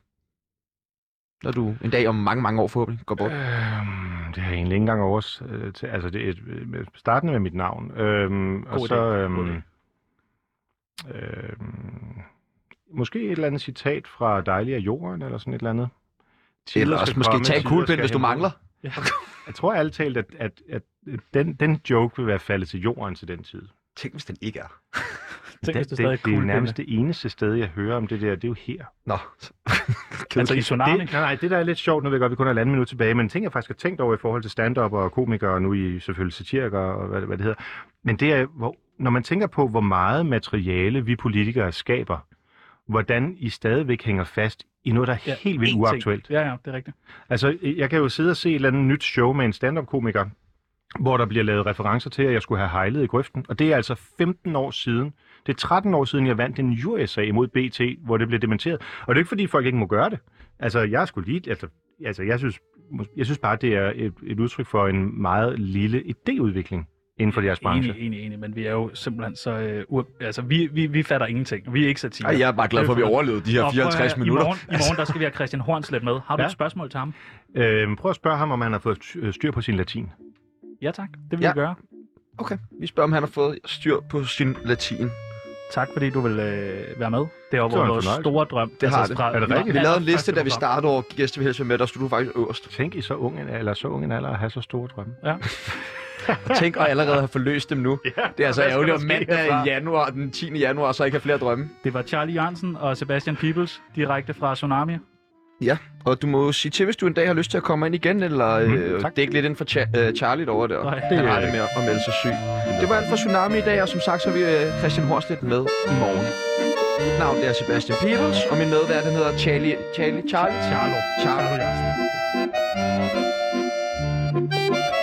Speaker 1: Når du en dag om mange, mange år forhåbentlig går
Speaker 2: Øh,
Speaker 1: bort.
Speaker 2: Øhm, det har jeg egentlig ikke engang overs... Øh, til, altså, det er et- med- startende med mit navn. Øhm, og
Speaker 4: God idé.
Speaker 2: så...
Speaker 4: God
Speaker 2: Øhm, øhm, måske et eller andet citat fra Dejlig af jorden, eller sådan et eller andet. Tider
Speaker 1: Eller også
Speaker 2: skal
Speaker 1: måske
Speaker 2: komme,
Speaker 1: tag en
Speaker 2: tider
Speaker 1: kuglepen,
Speaker 2: skal
Speaker 1: hvis du
Speaker 2: hente.
Speaker 1: mangler.
Speaker 4: Ja.
Speaker 2: Jeg tror ærligt talt, at, at, at den, den joke vil være faldet til jorden til den tid.
Speaker 1: Tænk, hvis den ikke er.
Speaker 4: Tænk, hvis
Speaker 2: det,
Speaker 4: det
Speaker 2: det,
Speaker 4: stadig
Speaker 2: det
Speaker 4: er
Speaker 2: er jo
Speaker 4: kuglepenne.
Speaker 2: nærmest det eneste sted, jeg hører om det der, det er jo her.
Speaker 1: Nå.
Speaker 4: Altså i Tsunami?
Speaker 2: Det, nej, nej, det der er lidt sjovt, nu ved jeg godt, vi kun har halvanden minut tilbage, men ting jeg faktisk har tænkt over i forhold til stand-up og komikere, og nu i selvfølgelig satirikere og hvad, hvad det hedder. Men det er, hvor, når man tænker på, hvor meget materiale vi politikere skaber, hvordan I stadigvæk hænger fast i noget, der er ja, helt vildt
Speaker 4: Én ting.
Speaker 2: uaktuelt.
Speaker 4: Ja, ja, det er rigtigt.
Speaker 2: Altså, jeg kan jo sidde og se et eller andet nyt show med en stand-up-komiker, hvor der bliver lavet referencer til, at jeg skulle have hejlet i grøften. Og det er altså 15 år siden. Det er 13 år siden, jeg vandt en jurysag imod BT, hvor det blev dementeret. Og det er ikke, fordi folk ikke må gøre det. Altså, jeg skulle lige... Altså, altså jeg, synes, jeg synes bare, det er et, et udtryk for en meget lille idéudvikling inden for jeres branche.
Speaker 4: Enig, enig, enig, men vi er jo simpelthen så... Øh, ur... Altså, vi, vi, vi fatter ingenting. Vi er ikke satire.
Speaker 1: Ej, Altså, jeg er bare glad for, at vi
Speaker 4: Det er
Speaker 1: overlevede de her
Speaker 4: Og prøv at
Speaker 1: 54
Speaker 4: høre,
Speaker 1: minutter.
Speaker 4: I morgen, i morgen der skal vi have Christian Hornslet med. Har du
Speaker 2: Ja.
Speaker 4: et spørgsmål til ham?
Speaker 2: Øh, prøv at spørge ham, om han har fået styr på sin latin.
Speaker 4: Ja tak, det vil ja.
Speaker 1: Ja.
Speaker 4: vi gøre.
Speaker 1: Okay, vi spørger, om han har fået styr på sin latin.
Speaker 4: Tak fordi du vil øh, være med. Det er jo
Speaker 1: Det var en
Speaker 4: vores
Speaker 1: fornøjelse.
Speaker 4: store drøm.
Speaker 1: Det har det.
Speaker 4: Altså, fra- fra
Speaker 1: Vi lavede en
Speaker 4: allerførste
Speaker 1: liste, da vi
Speaker 4: program.
Speaker 1: startede over gæster, vi helst vil med, der stod du faktisk øverst.
Speaker 2: Tænk i så ung en alder, så ung en alder at have så store drømme.
Speaker 4: Ja.
Speaker 1: Og tænk at allerede have forløst dem nu. Ja, det er altså
Speaker 4: hvad skal
Speaker 1: ærgerligt,
Speaker 4: der
Speaker 1: om
Speaker 4: ske
Speaker 1: mandag
Speaker 4: herfra?
Speaker 1: i januar, den 10. januar, så ikke har flere drømme.
Speaker 4: Det var Charlie Jørgensen og Sebastian Peebles, direkte fra Tsunami.
Speaker 1: Ja, og du må jo sige til, hvis du en dag har lyst til at komme ind igen, eller mm, øh,
Speaker 4: Mhm. tak.
Speaker 1: dække lidt ind for Cha- øh, Charlie over der.
Speaker 4: Nej,
Speaker 1: Han
Speaker 4: det er
Speaker 1: har
Speaker 4: jeg
Speaker 1: det med at melde sig syg. Det var alt for Tsunami i dag, og som sagt, så er vi øh, Christian Horstedt med i morgen. Mit navn det er Sebastian Peebles, og min medvært den hedder Charlie... Charlie? Charlie?
Speaker 4: Charlo.
Speaker 1: Charlo. Charlo.